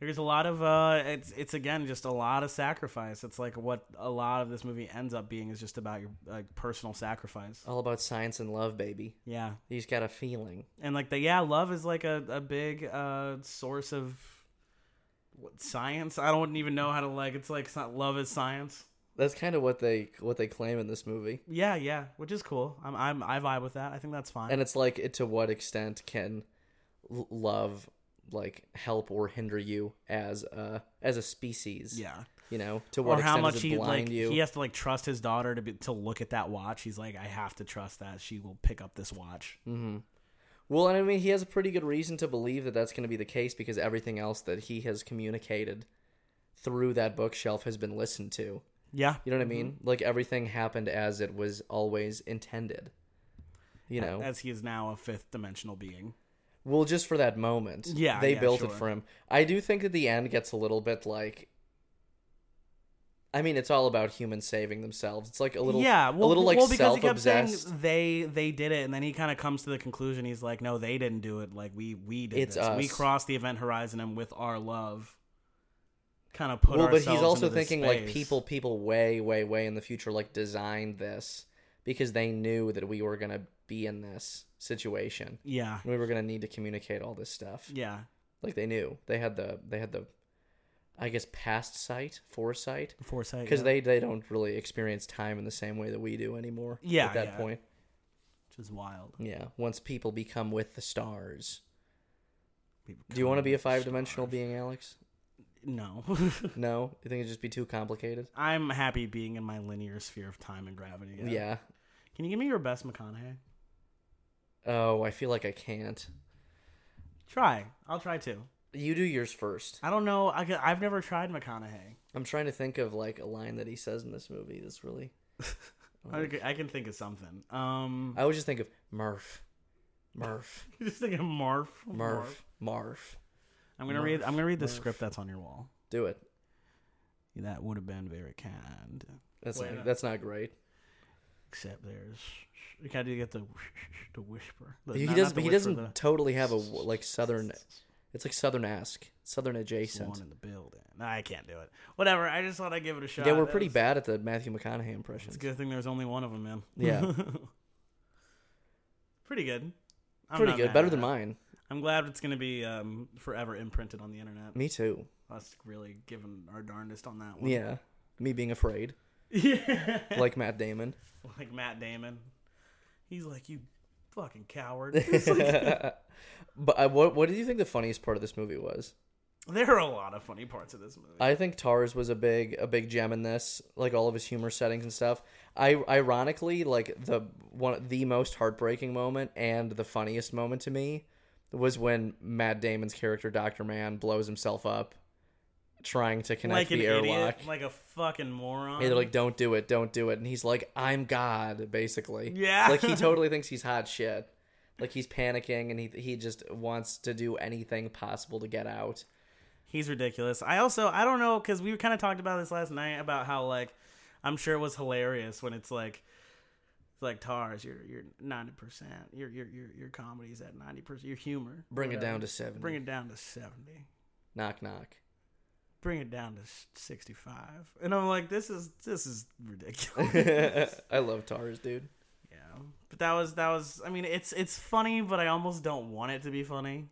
There's a lot of uh it's it's again just a lot of sacrifice. It's like what a lot of this movie ends up being is just about your like personal sacrifice. All about science and love, baby. Yeah. He's got a feeling. And like the yeah, love is like a, a big uh source of what science? I don't even know how to like it's like it's not love is science. That's kind of what they what they claim in this movie. Yeah, yeah, which is cool. I'm I'm I vibe with that. I think that's fine. And it's like it, to what extent can l- love like help or hinder you as a as a species? yeah. You know, to what Or how extent much does it he blind like you? he has to like trust his daughter to be, to look at that watch. He's like I have to trust that she will pick up this watch. Mm. Well, and I mean, he has a pretty good reason to believe that that's going to be the case because everything else that he has communicated through that bookshelf has been listened to. Yeah. Mm-hmm. You know what I mean? Like everything happened as it was always intended. You know, as he is now a fifth dimensional being. well, just for that moment, Yeah, they yeah, built it sure. for him. I do think that the end gets a little bit like. I mean, it's all about humans saving themselves. It's like a little, yeah, well, a little like well, because he kept saying self-obsessed. they they did it, and then he kind of comes to the conclusion he's like, no, they didn't do it. Like we we did It's this. We us. crossed the event horizon, and with our love, kind of put. well, but he's ourselves also into this thinking like space. people, people way, way, way in the future like designed this because they knew that we were gonna be in this situation. Yeah, We were gonna need to communicate all this stuff. yeah, Like they knew they had the they had the, I guess past sight, foresight, foresight. because yeah. they they don't really experience time in the same way that we do anymore. Yeah, at that yeah. point, which is wild. yeah. Once people become with the stars, People do you want to come be a with the five dimensional stars. being, Alex? No, No, you think it'd just be too complicated? I'm happy being in my linear sphere of time and gravity. Yeah. Can you give me your best McConaughey? Oh, I feel like I can't. Try. I'll try too. You do yours first. I don't know. I, could- I've never tried McConaughey. I'm trying to think of like a line that he says in this movie that's really. I can- I can think of something. Um, I always just think of Murph, Murph, you just think of Marf. Murph, Marf. I'm gonna read. I'm gonna read the script that's on your wall. Do it. That would have been very kind. uh, That's not, that's not great. except there's you kind of get the the whisper. The- He not- does, not the but he whisper, doesn't the- totally have a w- like southern. It's like southern esque, southern one adjacent. in the building. No, I can't do it. Whatever. I just thought I'd give it a shot. They were That pretty was- bad at the Matthew McConaughey impressions. It's a good thing there's only one of them, man. Yeah. pretty good. I'm Pretty not good, mad better at than it. mine. I'm glad it's gonna be um, forever imprinted on the internet. Me too. Us really giving our darndest on that one. Yeah, me being afraid, Yeah. like Matt Damon. like Matt Damon. He's like, you fucking coward. But I, uh, what what do you think the funniest part of this movie was? there are a lot of funny parts of this movie. I think Tars was a big a big gem in this, like all of his humor settings and stuff. I ironically like the one the most heartbreaking moment and the funniest moment to me was when Matt Damon's character Doctor Man blows himself up trying to connect Like an the airlock. idiot. Like a fucking moron. And they're like, "Don't do it, don't do it," and he's like, "I'm God," basically. Yeah. like he totally thinks he's hot shit. Like he's panicking and he he just wants to do anything possible to get out. He's ridiculous. I also I don't know because we kind of talked about this last night about how like I'm sure it was hilarious when it's like it's like Tars, you're you're ninety percent, your your your your comedy is at ninety percent, your humor. Bring it whatever. down to seven. Bring it down to seventy. knock knock. Bring it down to sixty five. And I'm like, this is this is ridiculous. I love Tars, dude. yeah, but that was that was. I mean, it's it's funny, but I almost don't want it to be funny,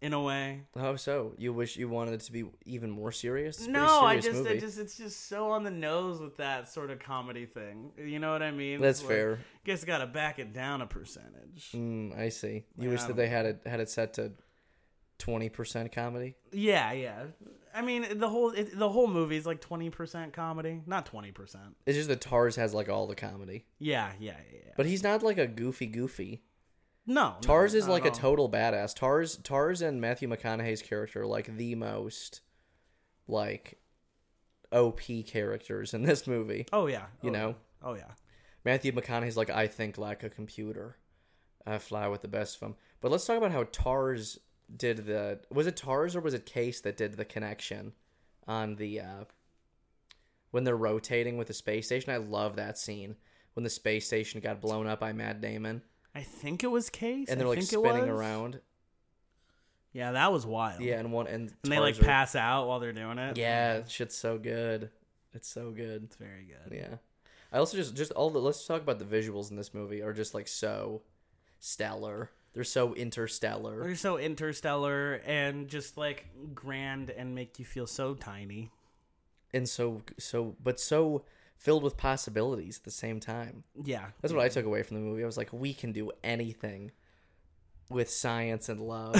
in a way. How so? You wish you wanted it to be even more serious? It's a pretty No, I serious just, I movie. just, it's just so on the nose with that sort of comedy thing. You know what I mean? That's It's like, fair. Guess got to back it down a percentage. Mm, I see. You Yeah, wish I that they had it had it set to twenty percent comedy. Yeah, yeah. I mean, the whole, it, the whole movie is like twenty percent comedy, not twenty percent. It's just that Tars has like all the comedy, Yeah, yeah, yeah. yeah. but he's not like a goofy goofy. No, Tars no, is not like at a all. total badass. Tars Tars and Matthew McConaughey's character are like the most like OP characters in this movie. Oh yeah, You Oh, know? yeah. Oh yeah. Matthew McConaughey's like I think like a computer. I fly with the best of them. But let's talk about how Tars did the was it Tars or was it Case that did the connection on the uh when they're rotating with the space station. I love that scene when the space station got blown up by Matt Damon I think it was Case, and they're I like think it spinning was. around. Yeah, that was wild. Yeah, and one and, and they like Tars are- pass out while they're doing it. Yeah, shit's so good. It's so good. it's very good. Yeah. I also just just all the let's talk about the visuals in this movie are just like so stellar. They're so interstellar. They're so interstellar and just like grand and make you feel so tiny. And so so but so filled with possibilities at the same time. Yeah. That's what I took away from the movie. I was like, we can do anything with science and love.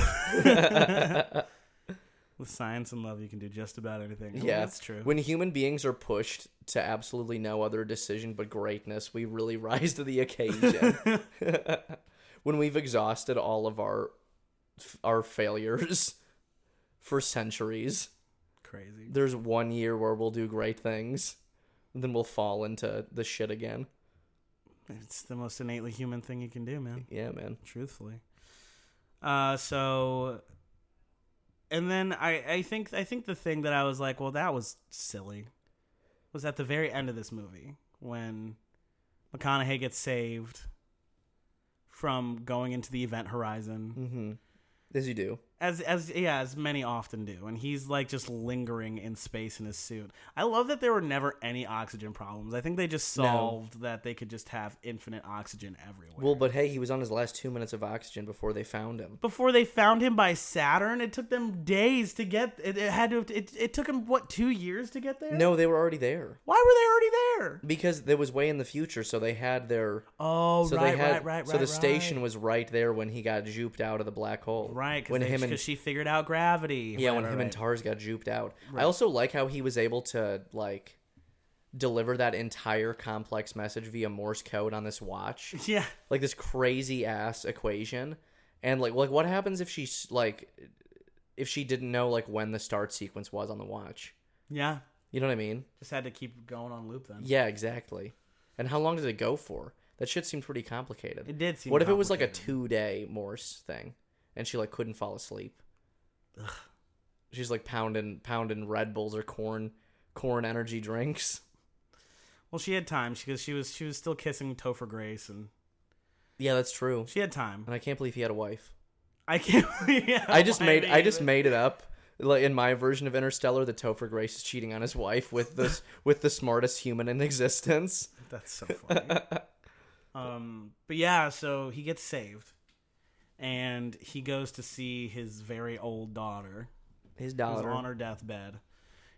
With science and love, you can do just about anything. Well, yeah. that's true. When human beings are pushed to absolutely no other decision but greatness, we really rise to the occasion. when we've exhausted all of our our failures for centuries, Crazy. there's one year where we'll do great things, and then we'll fall into the shit again. It's the most innately human thing you can do, man. Yeah, man. Truthfully. Uh, so, and then I, I think, I think the thing that I was like, well, that was silly, was at the very end of this movie when McConaughey gets saved from going into the event horizon. Mm-hmm. As you do. as as yeah as many often do and he's like just lingering in space in his suit i love that there were never any oxygen problems i think they just No. solved that they could just have infinite oxygen everywhere Well, but hey, he was on his last two minutes of oxygen before they found him. before they found him by saturn it took them days to get it, it had to it, it took him what two years to get there No, they were already there why were they already there because there was way in the future, so they had their oh So right, they had right right right so the station was right there when he got juped out of the black hole. right because when him and she figured out gravity yeah, Right, when right, him and right. Tars got juped out. I also like how he was able to like deliver that entire complex message via Morse code on this watch, yeah like this crazy ass equation. And like, like what happens if she's like, if she didn't know like when the start sequence was on the watch? yeah You know what I mean? just had to keep going on loop then Yeah, exactly. And how long did it go for? That shit seemed pretty complicated. it did seem What if it was like a complicated. two day Morse thing, and she like couldn't fall asleep? She's like pounding pounding Red Bulls or corn corn energy drinks. Well, she had time because she was she was still kissing Topher Grace, and Yeah, that's true. she had time. And I can't believe he had a wife. I can't. yeah, I just why made do I you just even- made it up. Like in my version of Interstellar, that Topher Grace is cheating on his wife with this with the smartest human in existence. That's so funny. um, but yeah, so he gets saved, and he goes to see his very old daughter, His who's daughter. on her deathbed,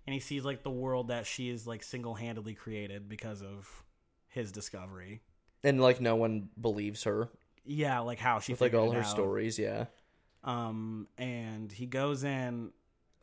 and he sees like the world that she is like single handedly created because of his discovery. and like no one believes her Yeah, like how she with like figured all it her out. stories. Yeah, Um, and he goes in.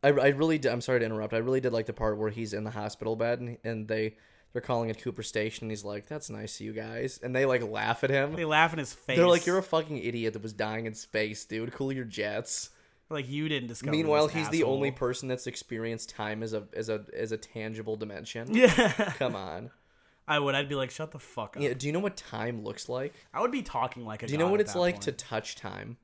I, I really did, I'm sorry to interrupt. I really did like the part where he's in the hospital bed and, and they they're calling at Cooper Station. And he's like, "That's nice of you guys," and they like laugh at him. They laugh in his face. They're like, "You're a fucking idiot that was dying in space, dude. Cool your jets." like you didn't discover. Meanwhile, this, he's the only asshole." person that's experienced time as a as a as a tangible dimension. Yeah, Come on. I would. I'd be like, shut the fuck up. Yeah, do you know what time looks like? I would be talking like a. Do you know what it's like to touch time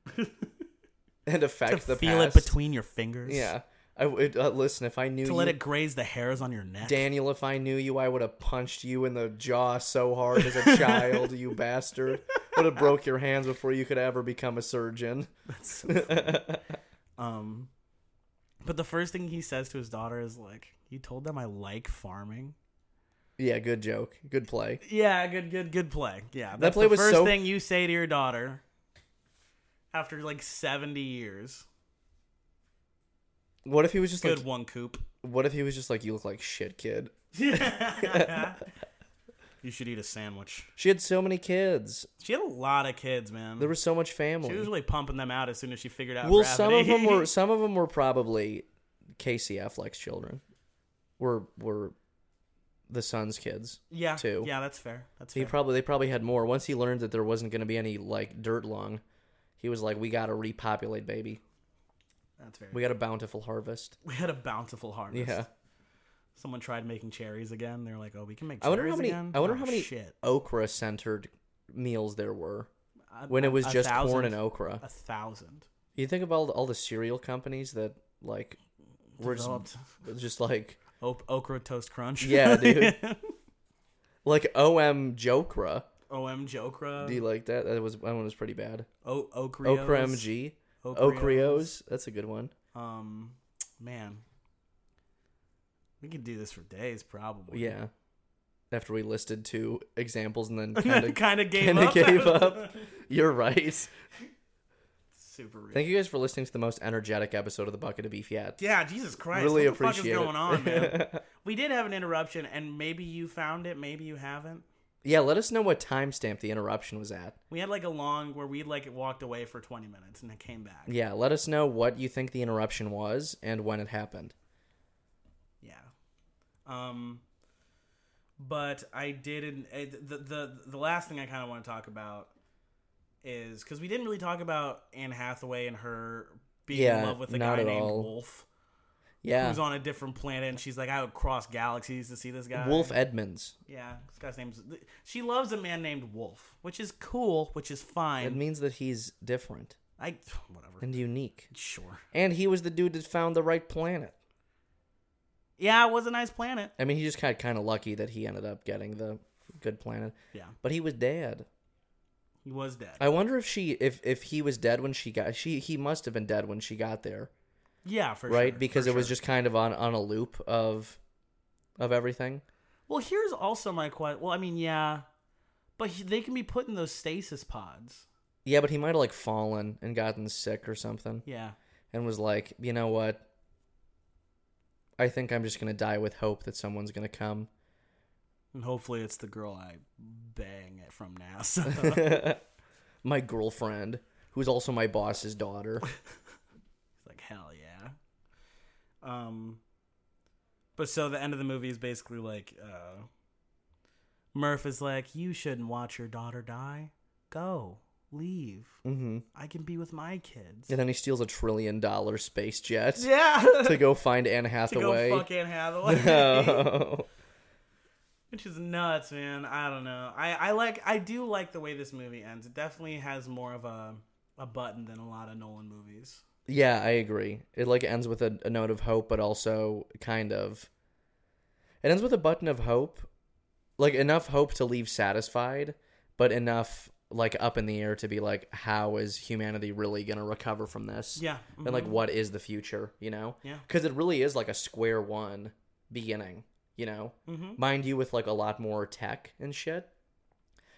and affect the feel past? it between your fingers? Yeah. I would uh, listen if I knew To let you- it graze the hairs on your neck. Daniel, if I knew you, I would have punched you in the jaw so hard as a child, you bastard. Would have broke your hands before you could ever become a surgeon. That's so funny. um, but the first thing he says to his daughter is like, "You told them I like farming." Yeah, good joke. Good play. Yeah, good, good, good play. Yeah, that's play the was first so- thing you say to your daughter after like seventy years. What if he was just Good like one, Coop. what if he was just like you look like shit, kid? you should eat a sandwich. She had so many kids. She had a lot of kids, man. There was so much she family. was really pumping them out as soon as she figured out. well, gravity. some of them were some of them were probably Casey Affleck's children. Were were the son's kids. yeah, too. Yeah, that's fair. That's He fair. probably they probably had more. Once he learned that there wasn't going to be any like dirt long, he was like, "We got to repopulate, baby. that's fair. We got a bountiful harvest." We had a bountiful harvest. Yeah. Someone tried making cherries again. They're like, oh, we can make. Cherries I wonder how many. Again? I wonder Oh, how many Shit. okra centered meals there were when it was just corn and okra. a thousand You think about all the, all the cereal companies that like were just, developed just like o- okra toast crunch. yeah, dude. like OM Jokra. Om okra. Do you like that? That was that one was pretty bad. O- okrios. Okra MG. Okrios. That's a good one. Um, man, we could do this for days, probably. Yeah. After we listed two examples and then kind of kind of gave kinda up. gave up. You're right. Super. Real. Thank you guys for listening to the most energetic episode of the Bucket of Beef yet. Yeah, Jesus Christ. Really what the fuck is appreciate it. going on, man? we did have an interruption, and maybe you found it, maybe you haven't. Yeah, let us know what timestamp the interruption was at. We had like a long where we like walked away for 20 minutes and it came back. Yeah, let us know what you think the interruption was and when it happened. Yeah. Um but I didn't I- the the the last thing I kind of want to talk about is cuz we didn't really talk about Anne Hathaway and her being in Yeah, love with a not guy at named all. Wolf Yeah. who's on a different planet and she's like I would cross galaxies to see this guy. Wolf Edmonds. Yeah, this guy's name's She loves a man named Wolf, which is cool, which is It fine. means that he's different I whatever. and unique. Sure. And he was the dude that found the right planet. Yeah, it was a nice planet. I mean, he just got kind of lucky that he ended up getting the good planet. Yeah. But he was dead. He was dead. I wonder if she if if he was dead when she got she he must have been dead when she got there, Yeah, for right? sure, because for it was sure. just kind of on on a loop of of everything. Well, here's also my question. Well, I mean, yeah, but he, they can be put in those stasis pods. Yeah, but he might have like fallen and gotten sick or something Yeah, and was like, "You know what? I think I'm just going to die with hope that someone's going to come." and hopefully it's the girl I bang it from NASA. He's my girlfriend, who's also my boss's daughter. like, hell yeah. Um, but so the end of the movie is basically like, uh, Murph is like, you shouldn't watch your daughter die. Go, leave. Mhm. I can be with my kids. And then he steals a trillion dollar space jet Yeah, to go find Anne to go Hathaway. fuck Anne Hathaway. No. Which is nuts, man. I don't know. I, I like I do like the way this movie ends. It definitely has more of a a button than a lot of Nolan movies. Yeah, I agree. It like ends with a, a note of hope, but also kind of. It ends with a button of hope, like enough hope to leave satisfied, but enough like up in the air to be like, how is humanity really gonna recover from this? Yeah. and like what is the future you know Mm-hmm. Yeah. because it really is like a square one beginning you know Mhm. mind you with like a lot more tech and shit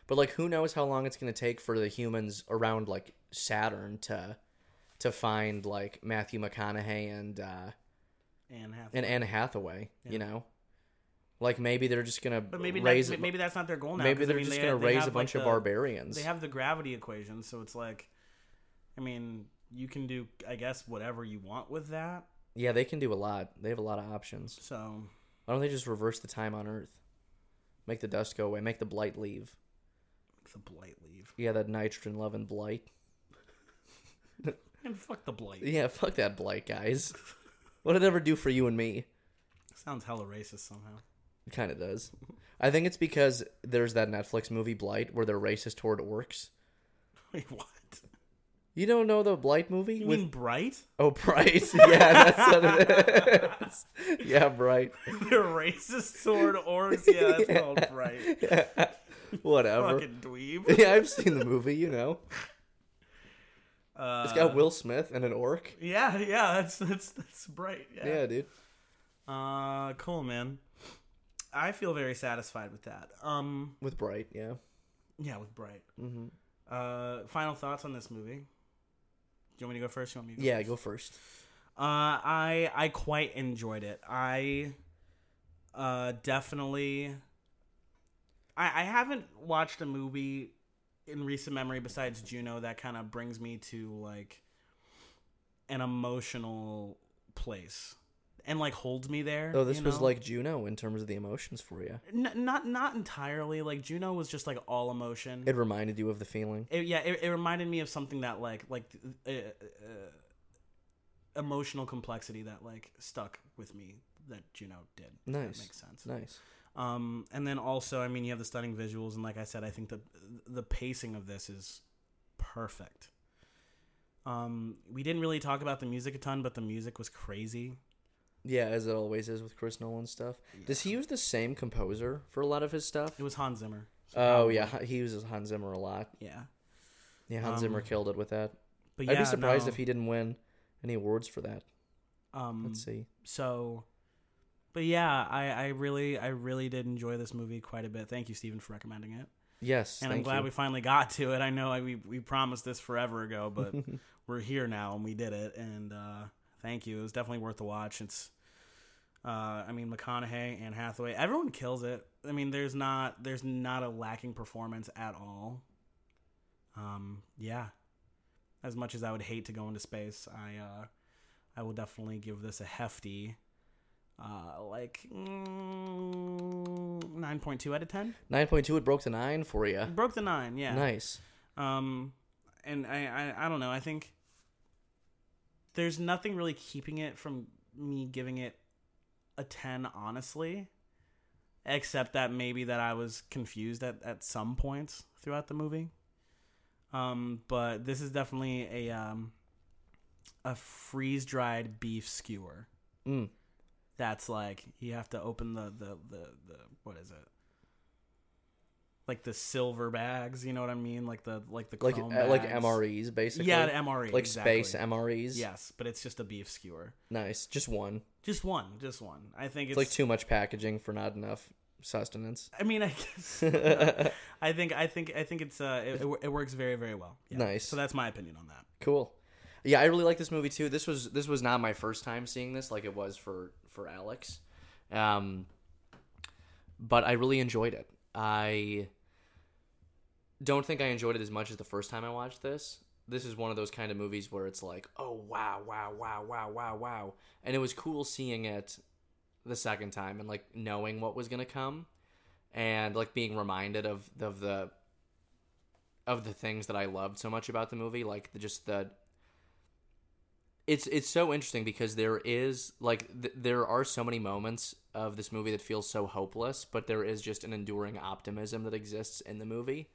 but like who knows how long it's going to take for the humans around like saturn to to find like matthew mcconaughey and uh and half. and anne hathaway you know like maybe they're just going to but maybe raise that, maybe that's not their goal now. maybe 'cause, I they're mean, just they- going they to have, raise a like, bunch the- of barbarians They have the gravity equation, so it's like, I mean, you can do, I guess, whatever you want with that. yeah they can do a lot they have a lot of options So why don't they just reverse the time on earth make the dust go away make the blight leave the blight leave Yeah, that nitrogen loving blight. and fuck the blight. Yeah, fuck that blight, guys. What did it ever do for you and me? Sounds hella racist somehow. It kind of does. I think it's because there's that Netflix movie Blight where they're racist toward orcs. Wait, what? You don't know the Blight movie? You With mean bright? oh, Bright. yeah, that's what it is. yeah, Bright. They're racist sword orcs. Yeah, that's called bright. Whatever. Fucking dweeb. Yeah, I've seen the movie. You know, Uh, it's got Will Smith and an orc. yeah, yeah, that's that's that's bright. Yeah, dude. Uh, cool, man. I feel very satisfied with that. Um, With Bright. Yeah. yeah, with Bright. Mhm. Uh, final thoughts on this movie. Do you want me to go first? You want me? To go Yeah. first? Go first. Uh, I I quite enjoyed it. I uh definitely. I I haven't watched a movie in recent memory besides Juno that kind of brings me to like an emotional place and like holds me there. Oh, this you was know? like Juno in terms of the emotions for you. N- not not entirely like Juno was just like all emotion. It reminded you of the feeling. Mm-hmm. It- yeah, it, it reminded me of something that like like uh, uh, emotional complexity that like stuck with me that Juno did. if that Nice. makes sense. Nice. Um, and then also, I mean, you have the stunning visuals, and like I said, I think the the pacing of this is perfect. Um, we didn't really talk about the music a ton, but the music was crazy. Yeah, as it always is with Chris Nolan stuff. Does he use the same composer for a lot of his stuff? It was Hans Zimmer. So Oh probably- yeah, he uses Hans Zimmer a lot. yeah. Yeah, Hans Um, Zimmer killed it with that. But I'd yeah, be surprised no, if he didn't win any awards for that. um Let's see. so but yeah i i really i really did enjoy this movie quite a bit thank you steven for recommending it Yes, and i'm thank glad you. we finally got to it i know I, we, we promised this forever ago but we're here now and we did it and uh thank you it was definitely worth the watch it's uh i mean mcconaughey and hathaway everyone kills it i mean there's not there's not a lacking performance at all um yeah as much as i would hate to go into space i uh i will definitely give this a hefty uh like mm, 9.2 out of 10 Nine point two. It broke the nine for you. broke the 9 yeah Nice. um, and I, I, I don't know. I think there's nothing really keeping it from me giving it a ten, honestly, except that maybe that I was confused at at some points throughout the movie. Um, but this is definitely a um, a freeze dried beef skewer. Mm. That's like you have to open the the the, the what is it? Like the silver bags, you know what I mean? Like the like the Like chrome uh, like bags. MREs basically. Yeah, the MRE. like exactly. space MREs. Yes, but it's just a beef skewer. Nice. Just one. Just one, just one. I think it's, It's like too much packaging for not enough sustenance. I mean, I guess. I think I think I think it's uh it, it wor- it works very very well. Yeah. Nice. So that's my opinion on that. Cool. Yeah, I really like this movie too. This was this was not my first time seeing this, like it was for for Alex, um, but I really enjoyed it. I don't think I enjoyed it as much as the first time I watched this. This is one of those kind of movies where it's like, oh wow, wow, wow, wow, wow, wow, and it was cool seeing it the second time and like knowing what was gonna come, and like being reminded of of the of the things that I loved so much about the movie, like the, just the. It's it's so interesting because there is like th- there are so many moments of this movie that feels so hopeless, but there is just an enduring optimism that exists in the movie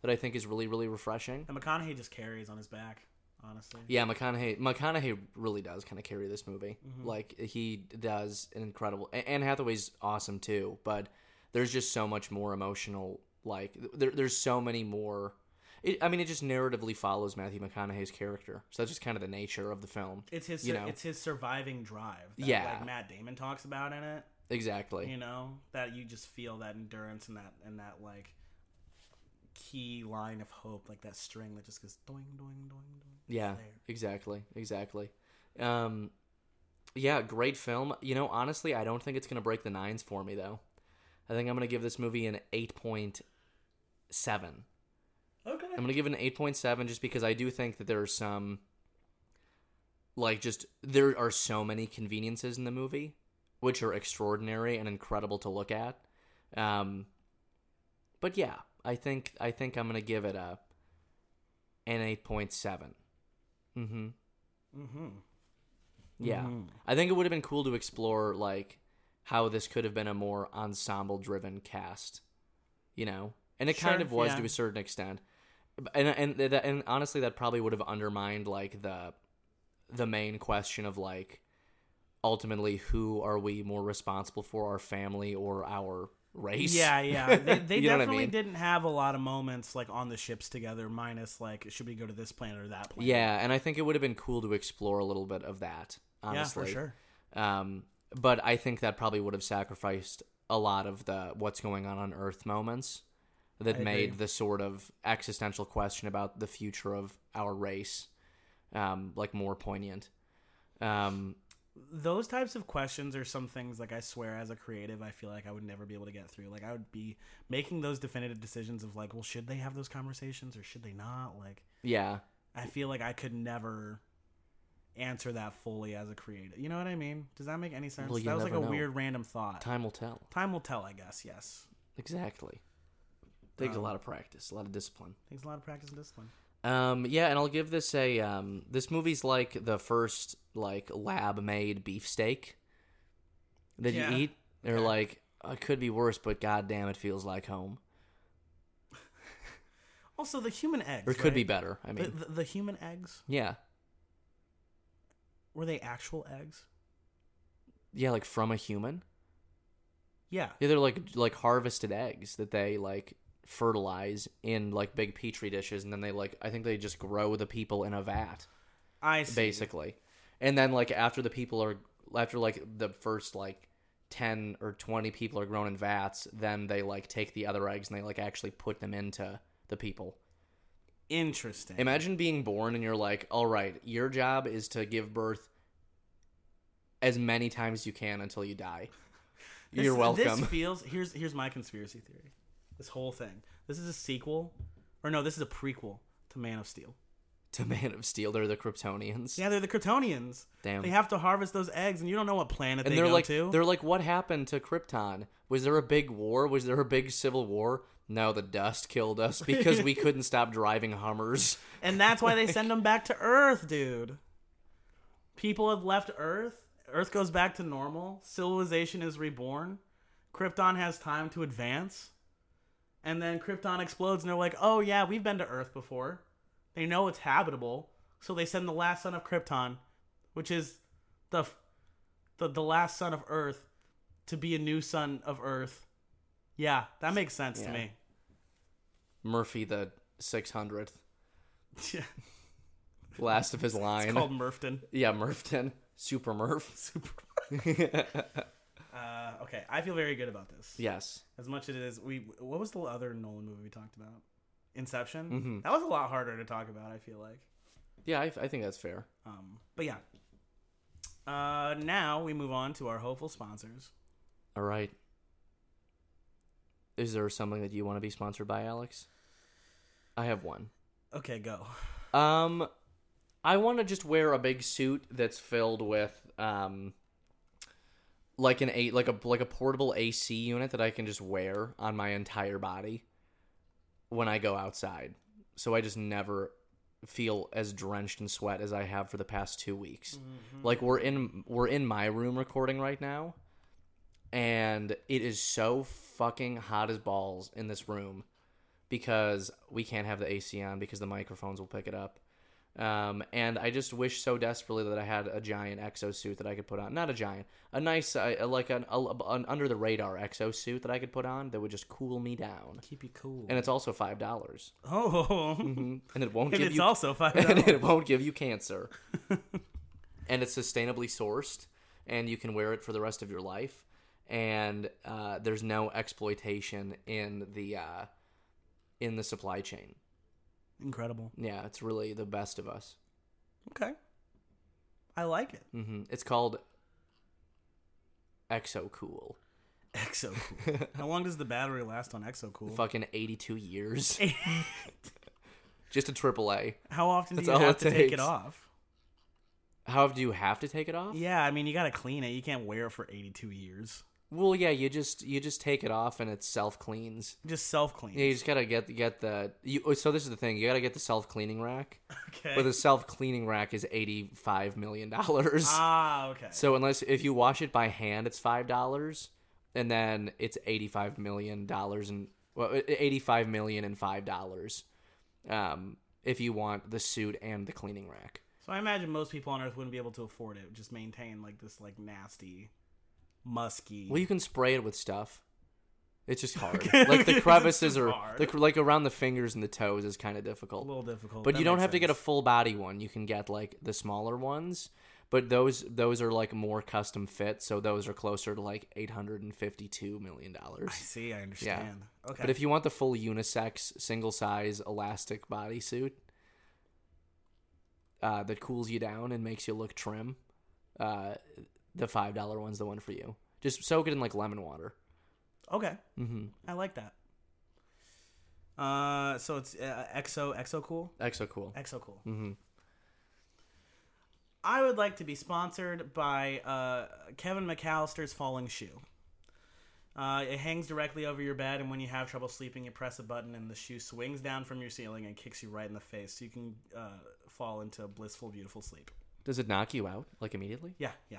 that I think is really really refreshing. And McConaughey just carries on his back, honestly. Yeah, McConaughey McConaughey really does kind of carry this movie. Like he does an incredible. A- Anne Hathaway's awesome too, but there's just so much more emotional. Like there, there's so many more. It, I mean, it just narratively follows Matthew McConaughey's character, so that's just kind of the nature of the film. It's his You know. it's his surviving drive. That, Yeah. like Matt Damon talks about in it. Exactly. You know that you just feel that endurance and that and that like key line of hope, like that string that just goes doing doing doing doing. Yeah, there. exactly, exactly. Um, yeah, great film. You know, honestly, I don't think it's gonna break the nines for me though. I think I'm gonna give this movie an eight point seven. Okay. I'm gonna give it an eight point seven just because I do think that there are some, like, just there are so many conveniences in the movie, which are extraordinary and incredible to look at. Um, but yeah, I think I think I'm gonna give it a an eight point seven. Mm-hmm. Mm-hmm. Yeah. I think it would have been cool to explore like how this could have been a more ensemble driven cast, you know? And it kind Sure, of was yeah. to a certain extent. But- And and th- that- and honestly that probably would have undermined like the the main question of like ultimately who are we more responsible for our family or our race? Yeah, yeah. They, they You know what I definitely mean? didn't have a lot of moments like on the ships together. Minus like, should we go to this planet or that planet? Yeah, and I think it would have been cool to explore a little bit of that, honestly. yeah, for sure. Um, but I think that probably would have sacrificed a lot of the what's going on on Earth moments that agree. made the sort of existential question about the future of our race um, like more poignant. Um, Those types of questions are some things like I swear as a creative, I feel like I would never be able to get through. Like I would be making those definitive decisions of like, well, should they have those conversations or should they not? Like, yeah, I feel like I could never answer that fully as a creative. You know what I mean? Does that make any sense? Well, that you was like a never know. weird random thought. time will tell. Time will tell, I guess. Yes, Exactly. Takes a lot of practice, a lot of discipline. takes a lot of practice and discipline. Um, yeah, and I'll give this a um, this movie's like the first like lab made beefsteak that Yeah. you eat. They're like "Uh, it could be worse, but goddamn, it feels like home. Also, the human eggs. Or it could be right? better. I mean, the, the, the human eggs yeah, were they actual eggs? yeah, like from a human. Yeah. Yeah, they're like like harvested eggs that they like fertilize in like big petri dishes, and then they like I think they just grow the people in a vat. I see. basically. And then like after the people are after like the first like 10 or 20 people are grown in vats, then they like take the other eggs and they like actually put them into the people. Interesting. Imagine being born and you're like, "All right, your job is to give birth as many times as you can until you die." This- you're welcome. This feels here's here's my conspiracy theory. This whole thing. This is a sequel, or no, this is a prequel to Man of Steel. to Man of Steel, they're the Kryptonians. Yeah, they're the Kryptonians. Damn. They have to harvest those eggs, and you don't know what planet and they they're go like to. they're like what happened to krypton was there a big war was there a big civil war no the dust killed us because we couldn't stop driving hummers And that's why they send them back to Earth, dude. People have left Earth. Earth goes back to normal. Civilization is reborn. Krypton has time to advance. And then Krypton explodes, and they're like, oh, yeah, we've been to Earth before. They know it's habitable. So they send the last son of Krypton, which is the, f- the, the last son of Earth, to be a new son of Earth. Yeah, that makes sense to Yeah. me. murphy the 600th Yeah, last of his it's line called Murfton. yeah murfton super murph Super. Uh, okay, I feel very good about this. yes As much as it is, we what was the other Nolan movie we talked about? Inception. Mm-hmm. That was a lot harder to talk about. I feel like. yeah i, I think that's fair Um, but yeah. Uh, now we move on to our hopeful sponsors. all right is there something that you want to be sponsored by alex i have one Okay, go. Um, I want to just wear a big suit that's filled with um, like an a like a like a portable AC unit that I can just wear on my entire body when I go outside, so I just never feel as drenched in sweat as I have for the past two weeks. Like we're in we're in my room recording right now, and it is so fucking hot as balls in this room because we can't have the AC on because the microphones will pick it up. Um, and I just wish so desperately that I had a giant exosuit that I could put on. Not a giant, a nice, uh, like an, a, an under the radar exosuit that I could put on that would just cool me down. Keep you cool. And it's also five dollars, oh, and it won't and give it's you also five and dollars. it won't give you cancer. and it's sustainably sourced, and you can wear it for the rest of your life. And uh, there's no exploitation in the uh, in the supply chain. Incredible. Yeah, it's really the best of us. Okay, I like it. hmm It's called Exo Cool. Exo cool. How long does the battery last on Exo cool? Fucking 82 years. Just a triple A. How often do That's you all have it to take it takes. off? How do you have to take it off? Yeah, I mean you gotta clean it. You can't wear it for eighty-two years. Well, yeah, you just you just take it off and it self cleans. Just self clean. Yeah, you just gotta get get the you. oh, So this is the thing: you gotta get the self cleaning rack, Okay. but the self cleaning rack is eighty five million dollars. ah, okay. so unless if you wash it by hand, it's five dollars, and then it's eighty five million dollars and well, eighty five million and five dollars, um, if you want the suit and the cleaning rack. So I imagine most people on Earth wouldn't be able to afford it. Just maintain like this like nasty, musky. Well, you can spray it with stuff. It's just hard. like the crevices too are hard. the, cr- like around the fingers and the toes is kind of a difficult. little difficult. but That you don't makes have to get a sense. full body one. You can get like the smaller ones, but those those are like more custom fit, so those are closer to like eight hundred and fifty two million I dollars. see. I understand. Okay. But if you want the full unisex, single size, elastic bodysuit uh, that cools you down and makes you look trim, uh, the five dollar one's the one for you. Just soak it in like lemon water. okay, Mm-hmm. I like that. Uh, so it's uh, exo exo cool Exo cool. exo cool. Mhm. I would like to be sponsored by uh, Kevin McAllister's Falling Shoe. Uh, it hangs directly over your bed, and when you have trouble sleeping, you press a button, and the shoe swings down from your ceiling and kicks you right in the face, so you can uh, fall into blissful, beautiful sleep. Does it knock you out like immediately? Yeah, yeah.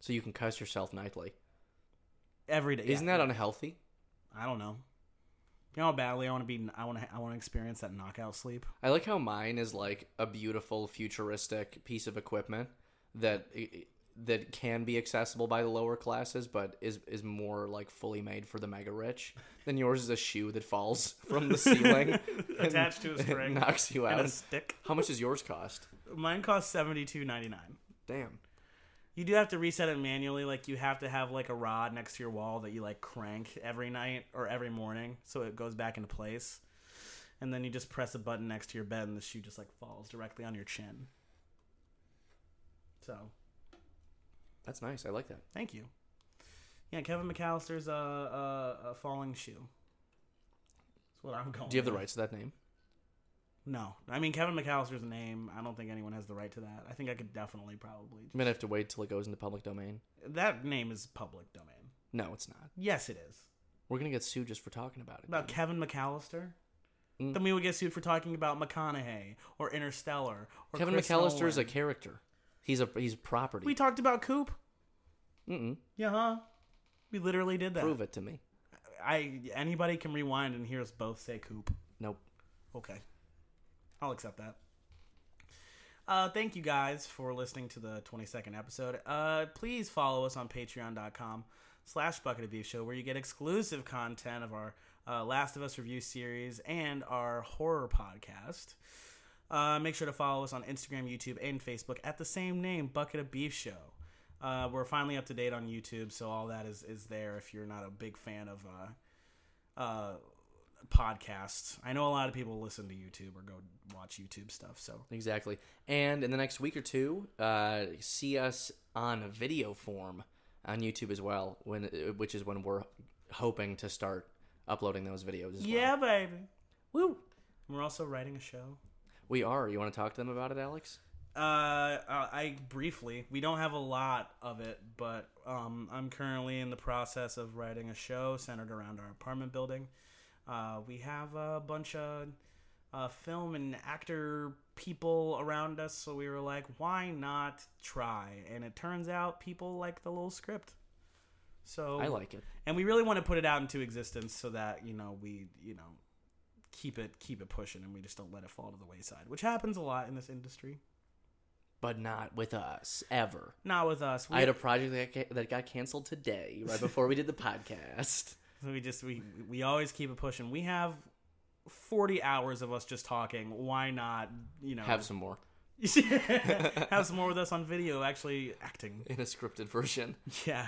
So you can cuss yourself nightly. Every day. Isn't that unhealthy? I don't know. You know how badly I want to be. I want to. I want to experience that knockout sleep. I like how mine is like a beautiful futuristic piece of equipment that that can be accessible by the lower classes, but is is more like fully made for the mega rich. Than yours is a shoe that falls from the ceiling, Attached to a and string knocks you and out. a stick. How much does yours cost? Mine costs seventy two ninety nine. Damn. You do have to reset it manually. Like you have to have like a rod next to your wall that you like crank every night or every morning, so it goes back into place. And then you just press a button next to your bed, and the shoe just like falls directly on your chin. So That's nice. I like that. thank you. Yeah, Kevin McAllister's a uh, uh, a falling shoe. That's what I'm going. Do you have the with. rights to that name? No, I mean Kevin McAllister's a name. I don't think anyone has the right to that. I think I could definitely probably You might have to wait till it goes into public domain. that name is public domain. No, it's not. Yes, it is. We're gonna get sued just for talking about it. about dude. Kevin McAllister, Mm. then we would get sued for talking about McConaughey or Interstellar. Or Kevin Chris McAllister is a Nolan. character. He's a he's property. We talked about Coop. Mm-mm. Yeah, huh? We literally did that. Prove it to me. I anybody can rewind and hear us both say Coop. Nope. Okay, I'll accept that. Uh, thank you guys for listening to the 22nd episode. Uh, please follow us on patreon.com slash bucket of beef show where you get exclusive content of our uh, Last of Us review series and our horror podcast. Uh, make sure to follow us on Instagram, YouTube, and Facebook at the same name, Bucket of Beef Show. Uh, we're finally up to date on YouTube, so all that is, is there if you're not a big fan of uh, uh, podcasts. I know a lot of people listen to YouTube or go watch YouTube stuff, so Exactly. And in the next week or two, uh, see us on video form on YouTube as well, when which is when we're hoping to start uploading those videos as well. Yeah, baby. Woo. We're also writing a show. We are. You want to talk to them about it, Alex? Uh, I I- briefly, we don't have a lot of it, but um, I'm currently in the process of writing a show centered around our apartment building. Uh, we have a bunch of uh, film and actor people around us, so we were like, why not try? And it turns out people like the little script. So I like it. Oh. and we really want to put it out into existence so that you know we you know keep it keep it pushing and we just don't let it fall to the wayside, which happens a lot in this industry. but not with us ever. Not with us. We, I had a project that got, that got canceled today, right before we did the podcast. we just we we always keep it pushing. We have 40 hours of us just talking. Why not, you know, Have some more have some more with us on video actually acting. in a scripted version. Yeah.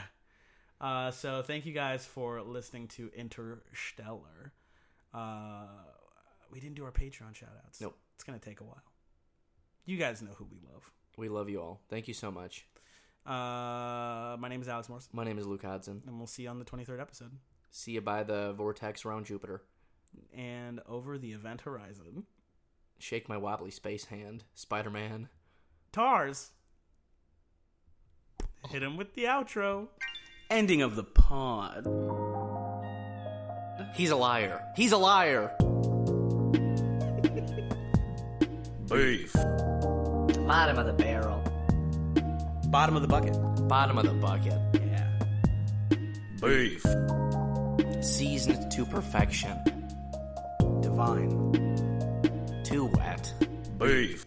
Uh, so thank you guys for listening to Interstellar. Uh, we didn't do our Patreon shout outs. Nope. It's going to take a while. You guys know who we love. We love you all. Thank you so much. Uh, my name is Alex Morse, My name is Luke Hodson. and we'll see you on the 23rd episode. See you by the vortex around Jupiter. And over the event horizon, Shake my wobbly space hand, Spider Man. TARS. Hit him with the outro. Ending of the pod. He's a liar. He's a liar. Beef. Bottom of the barrel. Bottom of the bucket. Bottom of the bucket. Yeah. Beef. Seasoned to perfection. Divine. Too wet. Beef.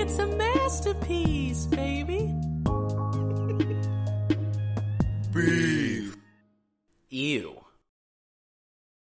It's a masterpiece, baby. Beef.